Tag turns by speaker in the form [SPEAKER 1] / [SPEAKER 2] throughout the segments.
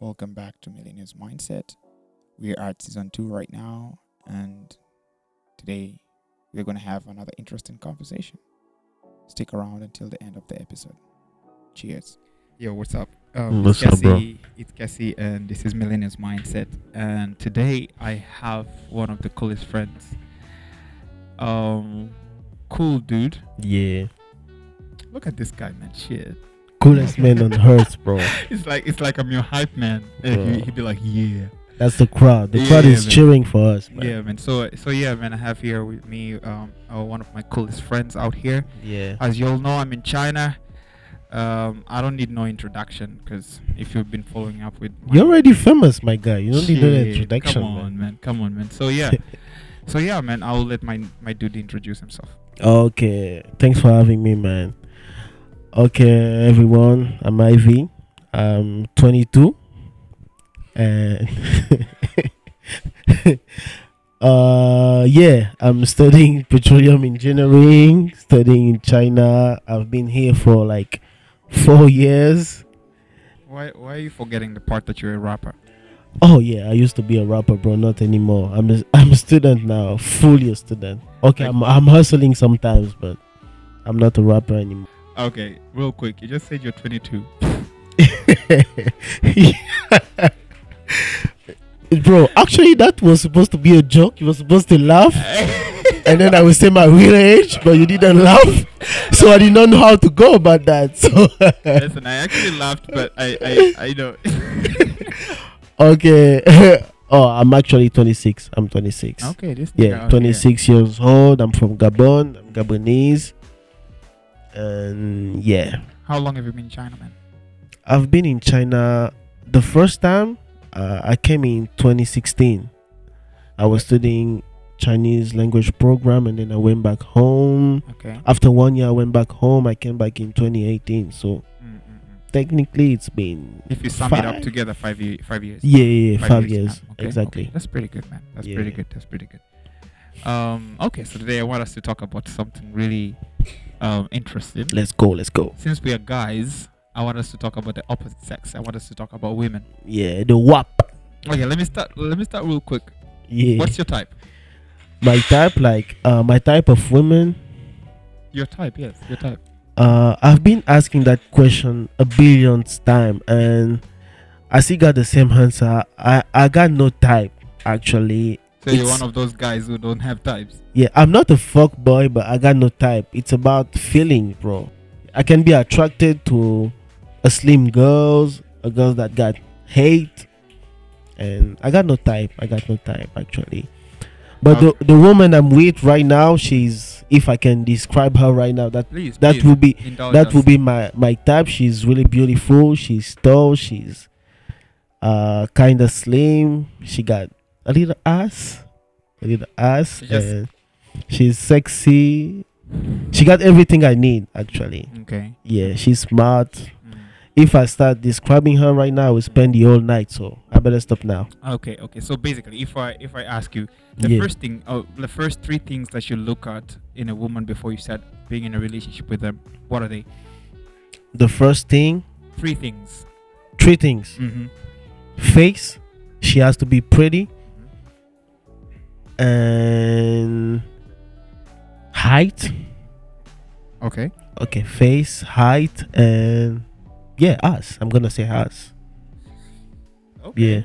[SPEAKER 1] Welcome back to Millionaire's Mindset. We are at season two right now, and today we're going to have another interesting conversation. Stick around until the end of the episode. Cheers. Yo, what's up? Um,
[SPEAKER 2] What's up, bro?
[SPEAKER 1] It's Cassie, and this is Millionaire's Mindset. And today I have one of the coolest friends. Um, cool dude.
[SPEAKER 2] Yeah.
[SPEAKER 1] Look at this guy, man. Shit.
[SPEAKER 2] Coolest man on earth, bro.
[SPEAKER 1] It's like it's like I'm your hype man. And
[SPEAKER 2] Bro.
[SPEAKER 1] he, he'd be like, yeah.
[SPEAKER 2] That's the crowd. The
[SPEAKER 1] Yeah,
[SPEAKER 2] crowd is
[SPEAKER 1] man.
[SPEAKER 2] cheering for us, man.
[SPEAKER 1] Yeah, man. So, so yeah, man. I have here with me um, uh, one of my coolest friends out here.
[SPEAKER 2] Yeah.
[SPEAKER 1] As you all know, I'm in China. Um, I don't need no introduction because if you've been following up with, my-
[SPEAKER 2] You're already famous, my guy. You don't need an
[SPEAKER 1] Shit,
[SPEAKER 2] introduction,
[SPEAKER 1] Come on, man.
[SPEAKER 2] man.
[SPEAKER 1] Come on, man. So yeah, so yeah, man. I'll let my my dude introduce himself.
[SPEAKER 2] Okay. Thanks for having me, man. Okay, everyone. I'm Ivy. I'm 22. And uh yeah, I'm studying petroleum engineering, studying in China. I've been here for like 4 years.
[SPEAKER 1] Why why are you forgetting the part that you're a rapper?
[SPEAKER 2] Oh yeah, I used to be a rapper, bro. Not anymore. I'm a, I'm a student now, fully a student. Okay, I'm I'm hustling sometimes, but I'm not a rapper anymore.
[SPEAKER 1] Okay, real quick. You just said you're 22.
[SPEAKER 2] bro, actually, that was supposed to be a joke. You were supposed to laugh, and then I would say my real age, but you didn't laugh, so I did not know how to go about that. So
[SPEAKER 1] Listen, I actually laughed, but I I I know.
[SPEAKER 2] okay. oh, I'm actually 26. I'm 26.
[SPEAKER 1] okay, this nigga out
[SPEAKER 2] Yeah,
[SPEAKER 1] here.
[SPEAKER 2] 26 years old. I'm from Gabon. I'm Gabonese. And yeah,
[SPEAKER 1] How long have you been in China, man?
[SPEAKER 2] I've been in China the first time uh, I came in 2016. I was studying Chinese language program and then I went back home.
[SPEAKER 1] Okay.
[SPEAKER 2] After one year, I went back home. I came back in 2018. So
[SPEAKER 1] Mm, mm, mm.
[SPEAKER 2] technically, it's been
[SPEAKER 1] If you sum it up
[SPEAKER 2] Five.
[SPEAKER 1] together, five year, five years.
[SPEAKER 2] yeah, yeah, yeah,
[SPEAKER 1] Five
[SPEAKER 2] five,
[SPEAKER 1] years
[SPEAKER 2] years,
[SPEAKER 1] now. Okay,
[SPEAKER 2] exactly.
[SPEAKER 1] That's pretty good, man. That's
[SPEAKER 2] Yeah.
[SPEAKER 1] pretty good. That's pretty good. Um, okay, so today I want us to talk about something really um, interesting.
[SPEAKER 2] Let's go, let's go.
[SPEAKER 1] Since we are guys, I want us to talk about the opposite sex. I want us to talk about women.
[SPEAKER 2] Yeah, the WAP.
[SPEAKER 1] Okay, let me start. Let me start real quick.
[SPEAKER 2] Yeah,
[SPEAKER 1] What's your type?
[SPEAKER 2] my type? Like uh, my type of women.
[SPEAKER 1] Your type, yes, your type.
[SPEAKER 2] uh, I've been asking that question a billionth time, and I still got the same answer. I I got no type actually.
[SPEAKER 1] So you're
[SPEAKER 2] It's-
[SPEAKER 1] one of those guys who don't have types.
[SPEAKER 2] Yeah, I'm not a fuck boy, but I got no type. It's about feeling, bro. I can be attracted to a slim girls, a girls that got hate, and I got no type. I got no type actually. But the the woman I'm with right now, she's if I can describe her right now, that
[SPEAKER 1] Please,
[SPEAKER 2] that
[SPEAKER 1] please,
[SPEAKER 2] will be
[SPEAKER 1] indulge
[SPEAKER 2] that
[SPEAKER 1] us.
[SPEAKER 2] would be my my type she's really beautiful she's tall she's uh kind of slim she got a little ass a little ass
[SPEAKER 1] She just-
[SPEAKER 2] and she's sexy she got everything i need actually
[SPEAKER 1] Okay.
[SPEAKER 2] yeah she's smart
[SPEAKER 1] Mm.
[SPEAKER 2] if i start describing her right now i will spend the whole night so i better stop now
[SPEAKER 1] Okay, okay. So basically, if I if I ask you the
[SPEAKER 2] Yeah.
[SPEAKER 1] first thing, oh, the first three things that you look at in a woman before you start being in a relationship with them, what are they?
[SPEAKER 2] the first thing
[SPEAKER 1] Three things.
[SPEAKER 2] three things
[SPEAKER 1] Mm-hmm.
[SPEAKER 2] face she has to be pretty
[SPEAKER 1] Mm-hmm.
[SPEAKER 2] and height
[SPEAKER 1] Okay.
[SPEAKER 2] Okay, face, height, and yeah, us. I'm gonna say us. Yeah.
[SPEAKER 1] Okay.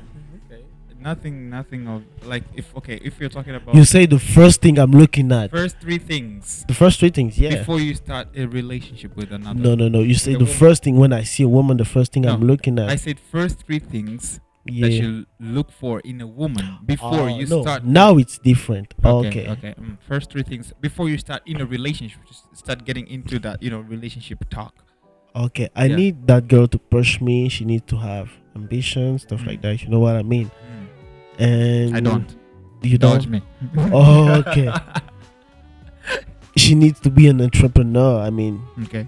[SPEAKER 1] Nothing. Nothing of like if okay if you're talking about
[SPEAKER 2] You say the first thing I'm looking at.
[SPEAKER 1] Oh. first three things
[SPEAKER 2] The first three things, yeah.
[SPEAKER 1] before you start a relationship with another.
[SPEAKER 2] No, no, no. You say
[SPEAKER 1] The
[SPEAKER 2] the
[SPEAKER 1] woman.
[SPEAKER 2] first thing when I see a woman, the first thing
[SPEAKER 1] No,
[SPEAKER 2] I'm looking at.
[SPEAKER 1] I said first three things that
[SPEAKER 2] yeah.
[SPEAKER 1] you look for in a woman before
[SPEAKER 2] Oh,
[SPEAKER 1] you
[SPEAKER 2] no.
[SPEAKER 1] start.
[SPEAKER 2] Now it's different. Okay.
[SPEAKER 1] Okay. Mm. First three things before you start in a relationship, just start getting into that, you know, relationship talk.
[SPEAKER 2] Okay, I
[SPEAKER 1] Yeah.
[SPEAKER 2] need that girl to push me. She needs to have ambition, stuff like
[SPEAKER 1] Mm.
[SPEAKER 2] that. You know what I mean? And
[SPEAKER 1] I don't.
[SPEAKER 2] You
[SPEAKER 1] Dodge me.
[SPEAKER 2] don't. Oh, okay. She needs to be an entrepreneur. I mean,
[SPEAKER 1] okay.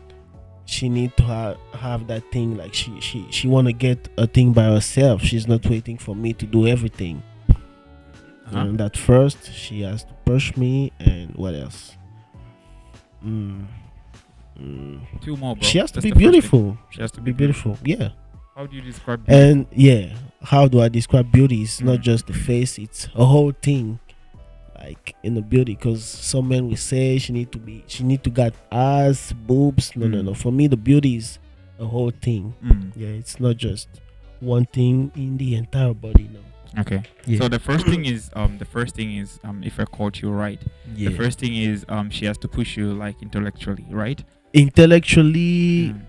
[SPEAKER 2] she need to ha- have that thing like she she she want to get a thing by herself she's not waiting for me to do everything
[SPEAKER 1] Uh-huh.
[SPEAKER 2] and at first she has to push me and what else mm. Mm.
[SPEAKER 1] Two more, bro.
[SPEAKER 2] she has to
[SPEAKER 1] That's
[SPEAKER 2] be
[SPEAKER 1] the first thing. Mm-hmm.
[SPEAKER 2] beautiful
[SPEAKER 1] She has to
[SPEAKER 2] be beautiful yeah
[SPEAKER 1] How do you describe beauty?
[SPEAKER 2] And yeah, how do I describe beauty? It's
[SPEAKER 1] Mm.
[SPEAKER 2] not just the face; it's a whole thing, like in the beauty. Because some men will say she need to be, she need to got ass, boobs. No, no,
[SPEAKER 1] Mm.
[SPEAKER 2] no. For me, the beauty is a whole thing.
[SPEAKER 1] Mm.
[SPEAKER 2] Yeah, it's not just one thing in the entire body. No.
[SPEAKER 1] Mm, Okay.
[SPEAKER 2] Yeah.
[SPEAKER 1] So the first thing is um the first thing is um if I caught you right.
[SPEAKER 2] yeah.
[SPEAKER 1] The first thing is um she has to push you like intellectually, right?
[SPEAKER 2] Intellectually,
[SPEAKER 1] Mm.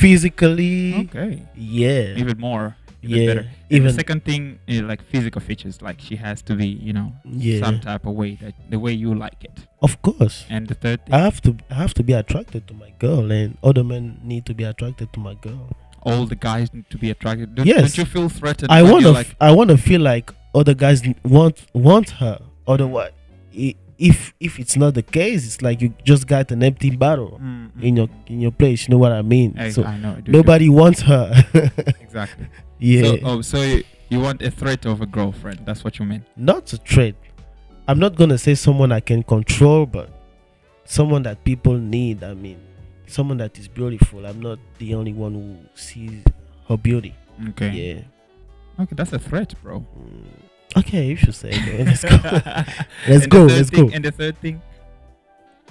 [SPEAKER 2] physically,
[SPEAKER 1] Okay.
[SPEAKER 2] yeah,
[SPEAKER 1] Even more. Even
[SPEAKER 2] yeah,
[SPEAKER 1] better.
[SPEAKER 2] even
[SPEAKER 1] the second thing is like physical features, like she has to be, you know,
[SPEAKER 2] yeah.
[SPEAKER 1] some type of way that the way you like it.
[SPEAKER 2] Of course,
[SPEAKER 1] And the third thing,
[SPEAKER 2] I have to I have to be attracted to my girl, and other men need to be attracted to my girl.
[SPEAKER 1] all the guys need to be attracted. Don't,
[SPEAKER 2] Yes.
[SPEAKER 1] don't you feel threatened?
[SPEAKER 2] I
[SPEAKER 1] when
[SPEAKER 2] want to
[SPEAKER 1] you're
[SPEAKER 2] f I want to feel like other guys n- want want her. Otherwise, i- if if it's not the case, it's like you just got an empty barrel
[SPEAKER 1] Mm, mm,
[SPEAKER 2] in your
[SPEAKER 1] mm.
[SPEAKER 2] in your place. You know what I mean?
[SPEAKER 1] I,
[SPEAKER 2] so
[SPEAKER 1] I know. I do feel-
[SPEAKER 2] nobody wants her.
[SPEAKER 1] Exactly.
[SPEAKER 2] yeah,
[SPEAKER 1] So, oh, so you, you want a threat of a girlfriend? That's what you mean.
[SPEAKER 2] not a threat. I'm not gonna say someone I can control, but someone that people need. I mean, someone that is beautiful. I'm not the only one who sees her beauty.
[SPEAKER 1] Okay.
[SPEAKER 2] Yeah.
[SPEAKER 1] Okay, that's a threat, bro.
[SPEAKER 2] Mm. Okay, you should say. it, man. Let's go. Let's
[SPEAKER 1] And the third
[SPEAKER 2] go, let's
[SPEAKER 1] thing-
[SPEAKER 2] go.
[SPEAKER 1] And the third thing,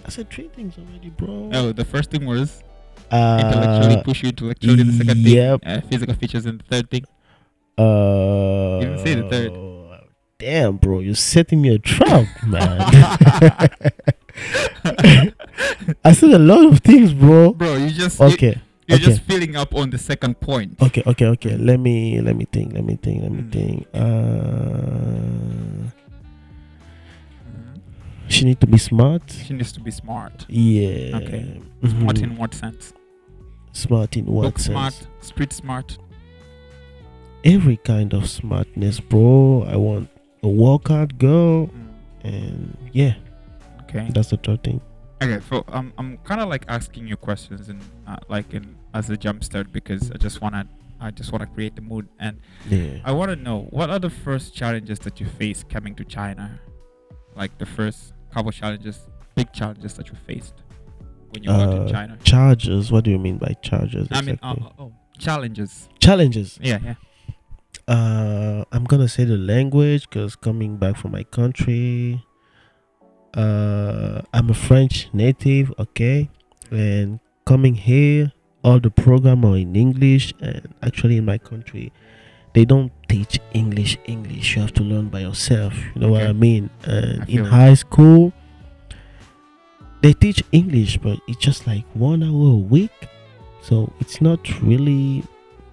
[SPEAKER 2] I said three things already, bro.
[SPEAKER 1] oh, the first thing was Um, intellectually
[SPEAKER 2] Uh,
[SPEAKER 1] push you intellectually. The second thing,
[SPEAKER 2] yep.
[SPEAKER 1] uh, physical features, and the third thing.
[SPEAKER 2] uh,
[SPEAKER 1] You didn't say the
[SPEAKER 2] Damn, bro, you're setting me a trap, man. I said a lot of things, bro.
[SPEAKER 1] Bro, you just you-
[SPEAKER 2] Okay,
[SPEAKER 1] you're
[SPEAKER 2] okay.
[SPEAKER 1] just filling up on the second point.
[SPEAKER 2] okay, okay, okay. Let me let me think. Let me think. Let me
[SPEAKER 1] Mm.
[SPEAKER 2] think. Uh,
[SPEAKER 1] Mhm.
[SPEAKER 2] she need to be smart.
[SPEAKER 1] She needs to be smart.
[SPEAKER 2] Yeah.
[SPEAKER 1] Okay.
[SPEAKER 2] Mhm.
[SPEAKER 1] Smart in what sense?
[SPEAKER 2] Smart in what
[SPEAKER 1] Look
[SPEAKER 2] sense?
[SPEAKER 1] smart, street smart.
[SPEAKER 2] Every kind of smartness, bro. I want a workout girl,
[SPEAKER 1] Mm,
[SPEAKER 2] and yeah,
[SPEAKER 1] Okay.
[SPEAKER 2] that's the third thing.
[SPEAKER 1] Okay, so um, I'm kind of like asking you questions and uh, like in as a jump start because I just wanna I just wanna create the mood and
[SPEAKER 2] Yeah.
[SPEAKER 1] I wanna know what are the first challenges that you face coming to China, like the first couple challenges, big challenges that you faced when you got
[SPEAKER 2] Uh,
[SPEAKER 1] to China.
[SPEAKER 2] Charges. What do you mean by charges?
[SPEAKER 1] I mean, uh,
[SPEAKER 2] exactly?
[SPEAKER 1] uh, oh, challenges.
[SPEAKER 2] challenges.
[SPEAKER 1] Yeah, yeah.
[SPEAKER 2] Uh, I'm gonna say the language because coming back from my country, uh, I'm a French native. Okay, and coming here, all the program are in English, and actually in my country, they don't teach English. English, you have to learn by yourself. You know what
[SPEAKER 1] Okay.
[SPEAKER 2] I mean? And
[SPEAKER 1] I
[SPEAKER 2] in
[SPEAKER 1] feel it.
[SPEAKER 2] high school, they teach English, but it's just like one hour a week. So it's not really,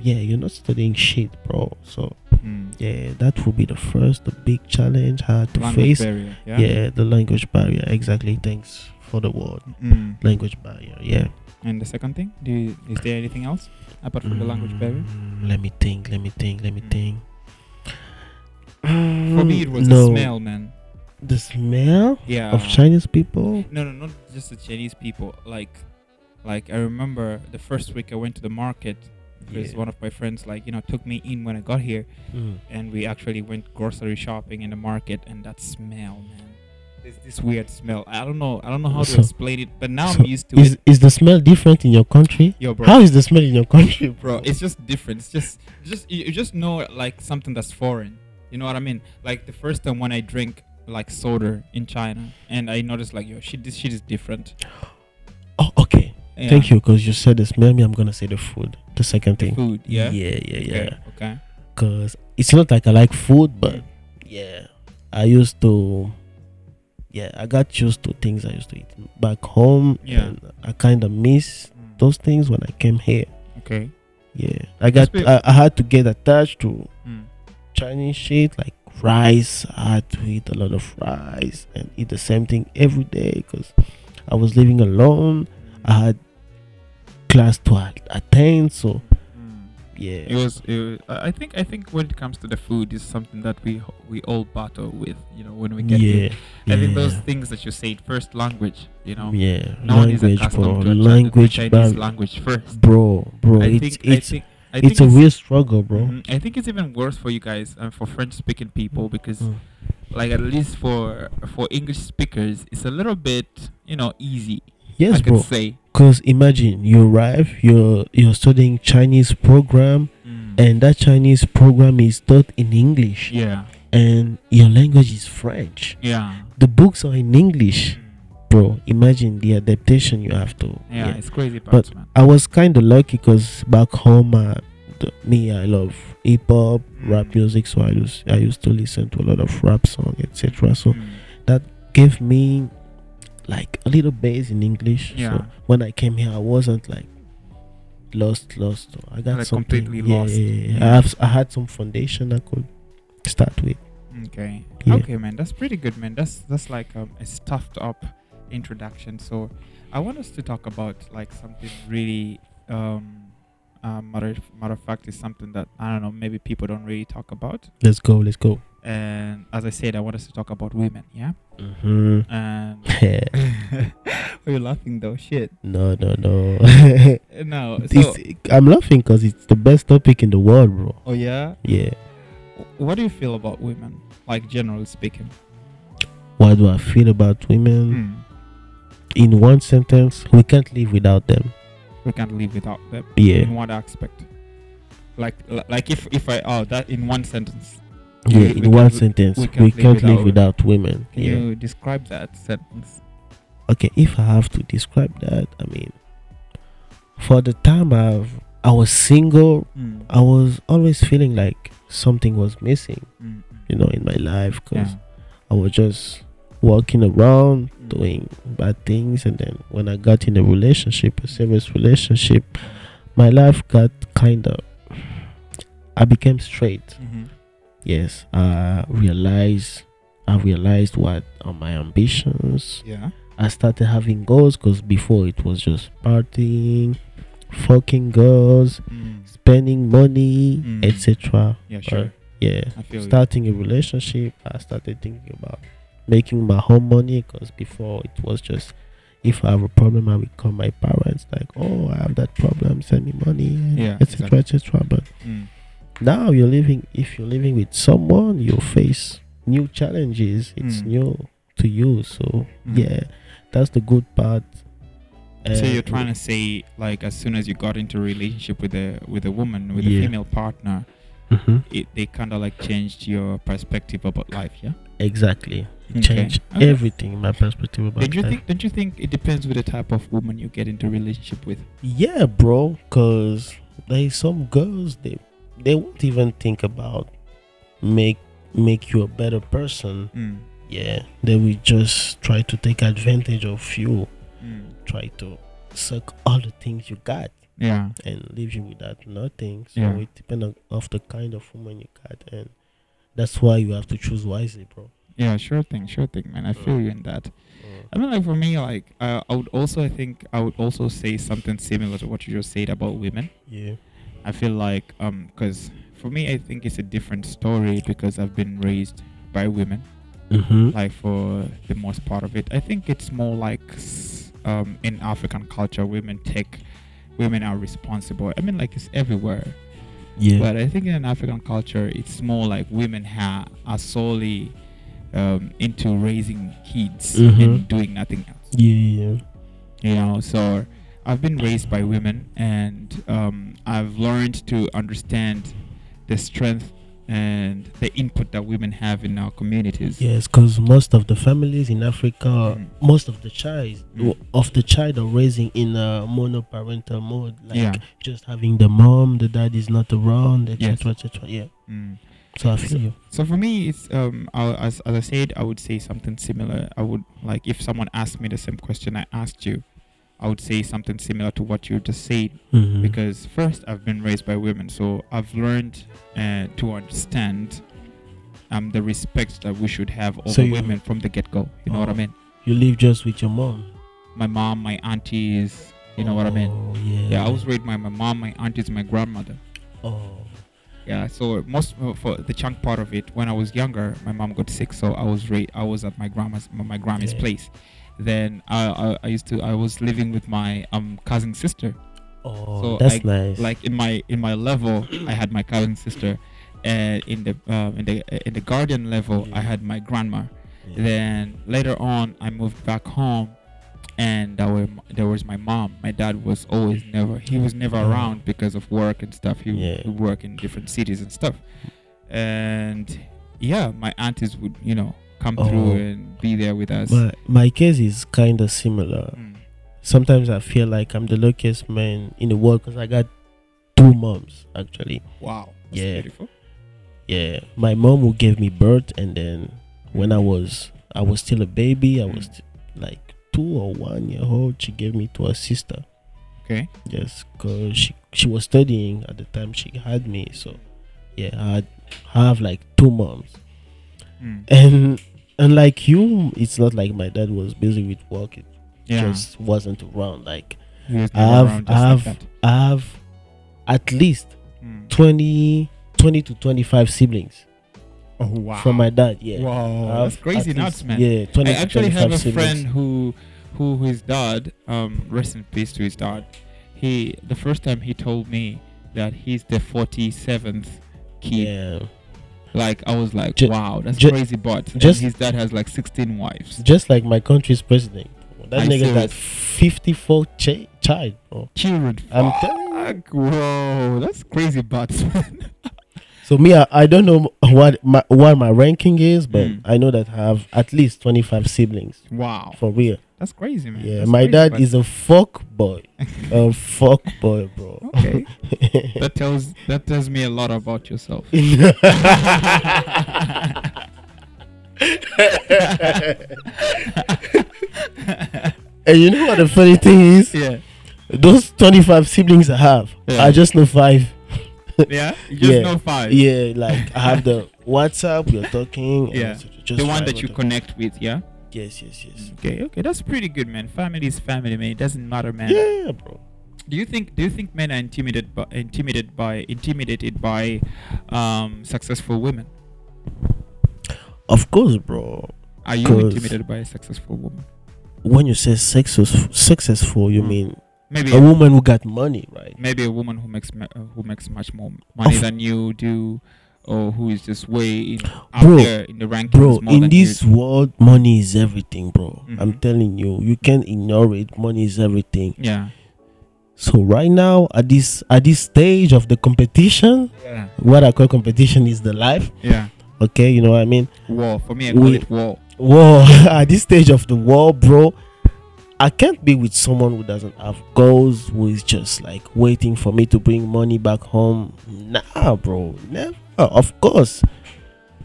[SPEAKER 2] yeah, you're not studying shit, bro. So
[SPEAKER 1] Mm.
[SPEAKER 2] Hmm, yeah, that will be the first, the big challenge I had to
[SPEAKER 1] Language
[SPEAKER 2] face.
[SPEAKER 1] barrier. Yeah.
[SPEAKER 2] Yeah? the language barrier. Exactly. Thanks for the word,
[SPEAKER 1] Mm.
[SPEAKER 2] language barrier. Yeah.
[SPEAKER 1] And the second thing, do you, is there anything else apart from the language barrier?
[SPEAKER 2] Mm, Let me think. Let me think. Let me
[SPEAKER 1] Mm.
[SPEAKER 2] think.
[SPEAKER 1] For me, it was
[SPEAKER 2] Mm, no.
[SPEAKER 1] the smell, Ah. man.
[SPEAKER 2] The smell
[SPEAKER 1] Yeah.
[SPEAKER 2] of Chinese people.
[SPEAKER 1] No, no, not just the Chinese people. Like, like I remember the first week I went to the market because
[SPEAKER 2] Yeah.
[SPEAKER 1] one of my friends, like you know, took me in when I got here,
[SPEAKER 2] Mm.
[SPEAKER 1] and we actually went grocery shopping in the market, and that smell, man. There's this weird smell. I don't know. I don't know how to
[SPEAKER 2] So-
[SPEAKER 1] explain it, but now
[SPEAKER 2] so
[SPEAKER 1] I'm used to
[SPEAKER 2] Is
[SPEAKER 1] it.
[SPEAKER 2] is the smell different in your country?
[SPEAKER 1] Yo, bro.
[SPEAKER 2] How is the smell in your country,
[SPEAKER 1] bro it's just different it's just just you you just know like something that's foreign you know what i mean like the first time when i drink like soda in china and i noticed like yo shit this shit is different
[SPEAKER 2] oh, okay.
[SPEAKER 1] yeah.
[SPEAKER 2] Thank you, because you said the smell. Me, I'm gonna say the food. The second
[SPEAKER 1] the
[SPEAKER 2] thing.
[SPEAKER 1] food yeah
[SPEAKER 2] yeah, yeah,
[SPEAKER 1] okay,
[SPEAKER 2] yeah.
[SPEAKER 1] okay Mm.
[SPEAKER 2] Because it's not like I like food, but yeah, I used to. Yeah, I got used to things I used to eat back home.
[SPEAKER 1] Yeah.
[SPEAKER 2] and I kind of miss
[SPEAKER 1] Mm,
[SPEAKER 2] those things when I came here.
[SPEAKER 1] okay
[SPEAKER 2] Yeah, I got.
[SPEAKER 1] be-
[SPEAKER 2] I, I had to get attached to
[SPEAKER 1] Mm,
[SPEAKER 2] Chinese shit like rice. I had to eat a lot of rice and eat the same thing every day because I was living alone. I had class to at- attend, so
[SPEAKER 1] mm. it
[SPEAKER 2] yeah,
[SPEAKER 1] was, it was i I think i think when it comes to the food is something that we ho- we all battle with you know when we
[SPEAKER 2] yeah,
[SPEAKER 1] get here. i think those
[SPEAKER 2] yeah,
[SPEAKER 1] things that you said first language you know
[SPEAKER 2] yeah.
[SPEAKER 1] no one is
[SPEAKER 2] language, bro,
[SPEAKER 1] accustomed to a Chi-
[SPEAKER 2] language,
[SPEAKER 1] chinese
[SPEAKER 2] bar-
[SPEAKER 1] language first
[SPEAKER 2] bro, bro.
[SPEAKER 1] I
[SPEAKER 2] it's
[SPEAKER 1] think,
[SPEAKER 2] it's
[SPEAKER 1] I think, I think
[SPEAKER 2] it's a real struggle, bro.
[SPEAKER 1] Mhm. I think it's even worse for you guys and for French speaking people because
[SPEAKER 2] Mm.
[SPEAKER 1] like at least for for English speakers it's a little bit, you know, easy. I
[SPEAKER 2] Yes,
[SPEAKER 1] could
[SPEAKER 2] bro.
[SPEAKER 1] say.
[SPEAKER 2] Cause imagine you arrive, you're you're studying Chinese program,
[SPEAKER 1] Mm.
[SPEAKER 2] and that Chinese program is taught in English,
[SPEAKER 1] yeah,
[SPEAKER 2] and your language is French.
[SPEAKER 1] yeah.
[SPEAKER 2] The books are in English, bro. Imagine the adaptation you have to.
[SPEAKER 1] Yeah,
[SPEAKER 2] yeah.
[SPEAKER 1] it's crazy parts,
[SPEAKER 2] But
[SPEAKER 1] man.
[SPEAKER 2] I was kind of lucky because back home, uh, the, me, I love hip hop, rap music, so I used I used to listen to a lot of rap song, etc. So
[SPEAKER 1] Mm.
[SPEAKER 2] gave me like a little base in English.
[SPEAKER 1] Yeah.
[SPEAKER 2] So when I came here, I wasn't like lost, lost. I got
[SPEAKER 1] Like
[SPEAKER 2] something.
[SPEAKER 1] completely
[SPEAKER 2] yeah,
[SPEAKER 1] lost.
[SPEAKER 2] Yeah, yeah.
[SPEAKER 1] Yeah.
[SPEAKER 2] I have I had some foundation I could start with.
[SPEAKER 1] Okay.
[SPEAKER 2] Yeah.
[SPEAKER 1] Okay, man. That's pretty good, man. That's that's like um, a stuffed up introduction. So I want us to talk about like something really um, uh, matter matter of fact is something that I don't know maybe people don't really talk about.
[SPEAKER 2] Let's go. Let's go.
[SPEAKER 1] And as I said, I want us to talk about women. Yeah.
[SPEAKER 2] Mm-hmm.
[SPEAKER 1] And
[SPEAKER 2] Yeah.
[SPEAKER 1] are you laughing though? Shit.
[SPEAKER 2] No, no, no.
[SPEAKER 1] Uh, No. So,
[SPEAKER 2] It's- I'm laughing because it's the best topic in the world, bro.
[SPEAKER 1] oh yeah.
[SPEAKER 2] Yeah.
[SPEAKER 1] Wh- What do you feel about women, like generally speaking?
[SPEAKER 2] What do I feel about women?
[SPEAKER 1] Hmm.
[SPEAKER 2] In one sentence, we can't live without them.
[SPEAKER 1] We can't live without them.
[SPEAKER 2] Yeah.
[SPEAKER 1] in what aspect like li- like if if i oh that in one sentence
[SPEAKER 2] Yeah.
[SPEAKER 1] We-
[SPEAKER 2] in
[SPEAKER 1] we
[SPEAKER 2] one
[SPEAKER 1] can't-
[SPEAKER 2] sentence,
[SPEAKER 1] we
[SPEAKER 2] we
[SPEAKER 1] can't
[SPEAKER 2] can't,
[SPEAKER 1] live
[SPEAKER 2] live
[SPEAKER 1] without-
[SPEAKER 2] without, women.
[SPEAKER 1] can
[SPEAKER 2] yeah.
[SPEAKER 1] you describe that sentence
[SPEAKER 2] okay if i have to describe that i mean for the time i've i was single
[SPEAKER 1] Mm.
[SPEAKER 2] i was always feeling like something was missing
[SPEAKER 1] Mm,
[SPEAKER 2] you know in my life because
[SPEAKER 1] yeah.
[SPEAKER 2] i was just walking around
[SPEAKER 1] Mm.
[SPEAKER 2] doing bad things and then when i got in a relationship a serious relationship my life got kind of i became straight
[SPEAKER 1] Mhm.
[SPEAKER 2] yes i realized i realized what are my ambitions
[SPEAKER 1] yeah
[SPEAKER 2] I started having girls because before it was just partying, fucking girls,
[SPEAKER 1] Mm.
[SPEAKER 2] spending money,
[SPEAKER 1] Mm.
[SPEAKER 2] etc.
[SPEAKER 1] yeah sure
[SPEAKER 2] Yeah.
[SPEAKER 1] i feel you.
[SPEAKER 2] Starting a relationship, I started thinking about making my own money because before it was just if I have a problem, I would call my parents, like, oh, I have that problem, send me money,
[SPEAKER 1] Yeah,
[SPEAKER 2] etc., etc. But
[SPEAKER 1] Mm.
[SPEAKER 2] now you're living, if you're living with someone, you face new challenges, it's
[SPEAKER 1] Mm.
[SPEAKER 2] new to you. So,
[SPEAKER 1] Mm.
[SPEAKER 2] yeah uh, that's the good part
[SPEAKER 1] so you're trying to say like as soon as you got into a relationship with a with a woman with a
[SPEAKER 2] Yeah.
[SPEAKER 1] female partner
[SPEAKER 2] hmm
[SPEAKER 1] it, they kind of like changed your perspective about life yeah
[SPEAKER 2] exactly
[SPEAKER 1] Okay.
[SPEAKER 2] change
[SPEAKER 1] Okay.
[SPEAKER 2] everything in my perspective about
[SPEAKER 1] don't you
[SPEAKER 2] life.
[SPEAKER 1] think don't you think it depends with the type of woman you get into a relationship with
[SPEAKER 2] yeah bro because there is some girls they they won't even think about make make you a better person
[SPEAKER 1] mm.
[SPEAKER 2] yeah they will just try to take advantage of you
[SPEAKER 1] Mm.
[SPEAKER 2] try to suck all the things you got
[SPEAKER 1] yeah
[SPEAKER 2] and leave you without nothing so
[SPEAKER 1] Yeah.
[SPEAKER 2] it depends on of the kind of woman you got and that's why you have to choose wisely bro
[SPEAKER 1] yeah sure thing sure thing man i feel you in that I mean, like for me, like uh, I would also, I think I would also say something similar to what you just said about women.
[SPEAKER 2] Yeah.
[SPEAKER 1] I feel like, um, because for me, I think it's a different story because I've been raised by women,
[SPEAKER 2] Mm-hmm.
[SPEAKER 1] like for the most part of it. I think it's more like, s- um, in African culture, women take, women are responsible. I mean, like it's everywhere,
[SPEAKER 2] yeah.
[SPEAKER 1] but I think in African culture, it's more like women ha- are solely um, into raising kids
[SPEAKER 2] Mhm.
[SPEAKER 1] and doing nothing else.
[SPEAKER 2] yeah.
[SPEAKER 1] you know so i've been raised by women and um, i've learned to understand the strength and the input that women have in our communities
[SPEAKER 2] Yes, because most of the families in Africa,
[SPEAKER 1] Mm.
[SPEAKER 2] most of the child
[SPEAKER 1] Mm.
[SPEAKER 2] of the child are raising in a monoparental mode, like
[SPEAKER 1] Yeah.
[SPEAKER 2] just having the mom, the dad is not around,
[SPEAKER 1] Yes.
[SPEAKER 2] etc., etc. Yeah.
[SPEAKER 1] Mm.
[SPEAKER 2] So I feel you.
[SPEAKER 1] so for me it's um I, as, as i said i would say something similar i would like if someone asked me the same question i asked you i would say something similar to what you just said
[SPEAKER 2] Mm-hmm.
[SPEAKER 1] because first I've been raised by women, so I've learned uh, to understand um, the respect that we should have over
[SPEAKER 2] So you-
[SPEAKER 1] women from the get go. You know what I
[SPEAKER 2] Oh.
[SPEAKER 1] mean?
[SPEAKER 2] you live just with your mom.
[SPEAKER 1] My mom, my aunties. You know what I mean?
[SPEAKER 2] Oh, yeah.
[SPEAKER 1] Yeah, I was raised by my mom, my aunties, my grandmother.
[SPEAKER 2] Oh.
[SPEAKER 1] Yeah, so most uh, for the chunk part of it, when I was younger, my mom got sick, so I was ra- I was at my grandma's my grandma's
[SPEAKER 2] Yeah.
[SPEAKER 1] place. Then I, I I used to I was living with my um cousin sister.
[SPEAKER 2] Oh,
[SPEAKER 1] So
[SPEAKER 2] that's
[SPEAKER 1] I-
[SPEAKER 2] nice.
[SPEAKER 1] like in my in my level i had my cousin sister and in the um, in the in the guardian level i
[SPEAKER 2] Yeah.
[SPEAKER 1] had my grandma
[SPEAKER 2] Yeah.
[SPEAKER 1] then later on i moved back home and there were there was my mom. My dad was always never he was never around because of work and stuff. He
[SPEAKER 2] Mm. Yeah.
[SPEAKER 1] would work in different cities and stuff, and yeah, my aunties would you know come
[SPEAKER 2] Oh.
[SPEAKER 1] through and be there with us.
[SPEAKER 2] But my case is kind of similar.
[SPEAKER 1] Mm.
[SPEAKER 2] Sometimes I feel like I'm the luckiest man in the world because I got two moms actually.
[SPEAKER 1] Wow, that's
[SPEAKER 2] Yeah.
[SPEAKER 1] beautiful.
[SPEAKER 2] Yeah, my mom who gave me birth, and then when I was I was still a baby, I was
[SPEAKER 1] Mm.
[SPEAKER 2] t- like two or one year old. She gave me to her sister.
[SPEAKER 1] Okay.
[SPEAKER 2] Yes, cause she she was studying at the time she had me. So yeah, I had- have like two moms.
[SPEAKER 1] Mm.
[SPEAKER 2] and unlike you it's not like my dad was busy with work it
[SPEAKER 1] Yeah,
[SPEAKER 2] just wasn't around like
[SPEAKER 1] he was
[SPEAKER 2] I
[SPEAKER 1] never
[SPEAKER 2] have-
[SPEAKER 1] around
[SPEAKER 2] I
[SPEAKER 1] just like
[SPEAKER 2] have-
[SPEAKER 1] that.
[SPEAKER 2] i have at least
[SPEAKER 1] Mm.
[SPEAKER 2] 20 20 to 25 siblings
[SPEAKER 1] Oh wow!
[SPEAKER 2] from my dad yeah I
[SPEAKER 1] Wow,
[SPEAKER 2] have
[SPEAKER 1] that's crazy
[SPEAKER 2] at
[SPEAKER 1] nuts, man.
[SPEAKER 2] least- yeah 20
[SPEAKER 1] I
[SPEAKER 2] to
[SPEAKER 1] actually have
[SPEAKER 2] 25
[SPEAKER 1] a
[SPEAKER 2] siblings.
[SPEAKER 1] friend who, who who his dad, um, rest in peace to his dad. He the first time he told me that he's the forty seventh kid.
[SPEAKER 2] yeah
[SPEAKER 1] Like I was like,
[SPEAKER 2] Ju-
[SPEAKER 1] wow, that's
[SPEAKER 2] ju-
[SPEAKER 1] crazy. But and
[SPEAKER 2] just-
[SPEAKER 1] his dad has like sixteen wives.
[SPEAKER 2] just like my country's president that
[SPEAKER 1] I
[SPEAKER 2] nigga
[SPEAKER 1] feel
[SPEAKER 2] got
[SPEAKER 1] it.
[SPEAKER 2] 54 chi- child bro.
[SPEAKER 1] Children.
[SPEAKER 2] I'm
[SPEAKER 1] Fuck,
[SPEAKER 2] telling
[SPEAKER 1] Whoa, that's crazy, butts.
[SPEAKER 2] so me I, I don't know what my what my ranking is but
[SPEAKER 1] Mm.
[SPEAKER 2] i know that i have at least 25 siblings
[SPEAKER 1] wow,
[SPEAKER 2] for real
[SPEAKER 1] that's crazy, man.
[SPEAKER 2] Yeah,
[SPEAKER 1] That's
[SPEAKER 2] my
[SPEAKER 1] crazy,
[SPEAKER 2] dad
[SPEAKER 1] but-
[SPEAKER 2] is a fuck boy. a um, fuck boy, bro.
[SPEAKER 1] okay. that tells that tells me a lot about yourself.
[SPEAKER 2] and you know what the funny thing is?
[SPEAKER 1] yeah.
[SPEAKER 2] Those 25 siblings I have,
[SPEAKER 1] Yeah.
[SPEAKER 2] I just know five.
[SPEAKER 1] Yeah. You just
[SPEAKER 2] Yeah.
[SPEAKER 1] know five.
[SPEAKER 2] Yeah, like I have the WhatsApp, we're talking. and
[SPEAKER 1] Yeah.
[SPEAKER 2] so just
[SPEAKER 1] The one
[SPEAKER 2] five
[SPEAKER 1] that you
[SPEAKER 2] of them.
[SPEAKER 1] connect with, yeah.
[SPEAKER 2] Yes, yes, yes.
[SPEAKER 1] Okay, okay, that's pretty good, man. Family is family, man. It doesn't matter, man.
[SPEAKER 2] Yeah, bro.
[SPEAKER 1] Do you think Do you think men are intimidated by intimidated by intimidated by um, successful women?
[SPEAKER 2] Of course, bro.
[SPEAKER 1] Are you
[SPEAKER 2] 'Cause-
[SPEAKER 1] intimidated by a successful woman?
[SPEAKER 2] When you say successful, successful, you
[SPEAKER 1] Mm.
[SPEAKER 2] mean
[SPEAKER 1] Maybe
[SPEAKER 2] a woman who got money, right?
[SPEAKER 1] maybe a woman who makes ma- uh, who makes much more money
[SPEAKER 2] Of-
[SPEAKER 1] than you do, or who is just way in, out
[SPEAKER 2] Bro,
[SPEAKER 1] there in the rankings
[SPEAKER 2] bro
[SPEAKER 1] more
[SPEAKER 2] in
[SPEAKER 1] than
[SPEAKER 2] this
[SPEAKER 1] you.
[SPEAKER 2] world money is everything bro i'm
[SPEAKER 1] Mhm.
[SPEAKER 2] telling you you can't ignore it money is everything
[SPEAKER 1] Yeah.
[SPEAKER 2] so right now at this at this stage of the competition
[SPEAKER 1] Yeah.
[SPEAKER 2] what i call competition is the life
[SPEAKER 1] Yeah.
[SPEAKER 2] okay you know what i mean
[SPEAKER 1] War for me, I call
[SPEAKER 2] We-
[SPEAKER 1] it war.
[SPEAKER 2] whoa at this stage of the world bro i can't be with someone who doesn't have goals who is just like waiting for me to bring money back home nah bro never of course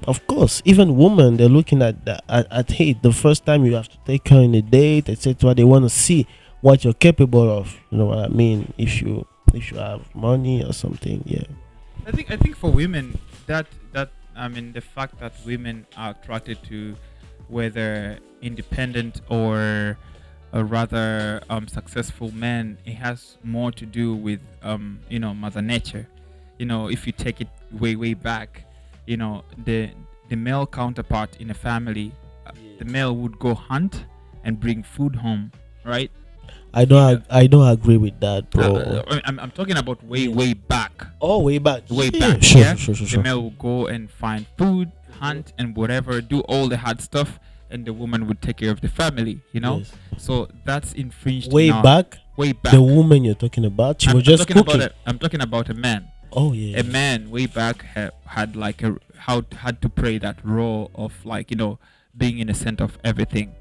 [SPEAKER 2] of course even women they're looking at the, at, at hey the first time you have to take her on a date etc they want to see what you're capable of you know what i mean if you if you have money or something yeah
[SPEAKER 1] I think I think for women that that I mean the fact that women are attracted to whether independent or a rather um, successful men, it has more to do with um, you know Mother Nature. You know, if you take it way way back, you know the the male counterpart in a family, uh, the male would go hunt and bring food home, right?
[SPEAKER 2] i don't ag- i don't agree with that
[SPEAKER 1] Uh,
[SPEAKER 2] bro
[SPEAKER 1] I- I'm, I'm talking about way way back.
[SPEAKER 2] oh way back
[SPEAKER 1] way
[SPEAKER 2] Yeah,
[SPEAKER 1] back.
[SPEAKER 2] sure
[SPEAKER 1] yeah?
[SPEAKER 2] sure sure,
[SPEAKER 1] The
[SPEAKER 2] sure.
[SPEAKER 1] male would go and find food, hunt, and whatever, do all the hard stuff, and the woman would take care of the family. You know,
[SPEAKER 2] Yes.
[SPEAKER 1] so that's infringed.
[SPEAKER 2] way
[SPEAKER 1] now.
[SPEAKER 2] back,
[SPEAKER 1] way back.
[SPEAKER 2] the woman you're talking about, she
[SPEAKER 1] I'm,
[SPEAKER 2] was
[SPEAKER 1] I'm
[SPEAKER 2] just
[SPEAKER 1] talking
[SPEAKER 2] cooking.
[SPEAKER 1] about. A, I'm talking about a man.
[SPEAKER 2] Oh yeah,
[SPEAKER 1] A man way back ha- had like a how had to play that role of like you know being in the center of everything.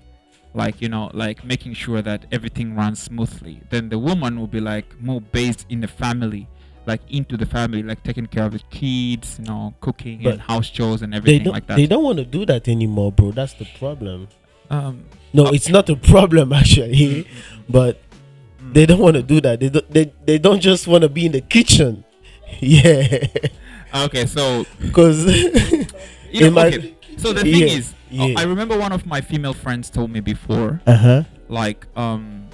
[SPEAKER 1] Like you know, like making sure that everything runs smoothly. Then the woman will be like more based in the family, like into the family, like taking care of the kids, you know, cooking and
[SPEAKER 2] But
[SPEAKER 1] house chores and
[SPEAKER 2] they
[SPEAKER 1] everything
[SPEAKER 2] don't
[SPEAKER 1] like
[SPEAKER 2] they
[SPEAKER 1] that.
[SPEAKER 2] don't want to do that anymore, bro. That's the problem.
[SPEAKER 1] Um,
[SPEAKER 2] No, it's not a problem actually,
[SPEAKER 1] Mm-hmm.
[SPEAKER 2] but they don't want to do that. They don't they, they don't just want to be in the kitchen. Yeah,
[SPEAKER 1] okay, so
[SPEAKER 2] because
[SPEAKER 1] you know,
[SPEAKER 2] In my-
[SPEAKER 1] okay. So the thing
[SPEAKER 2] Yeah,
[SPEAKER 1] is, oh,
[SPEAKER 2] yeah.
[SPEAKER 1] I remember one of my female friends told me before
[SPEAKER 2] uh huh.
[SPEAKER 1] like um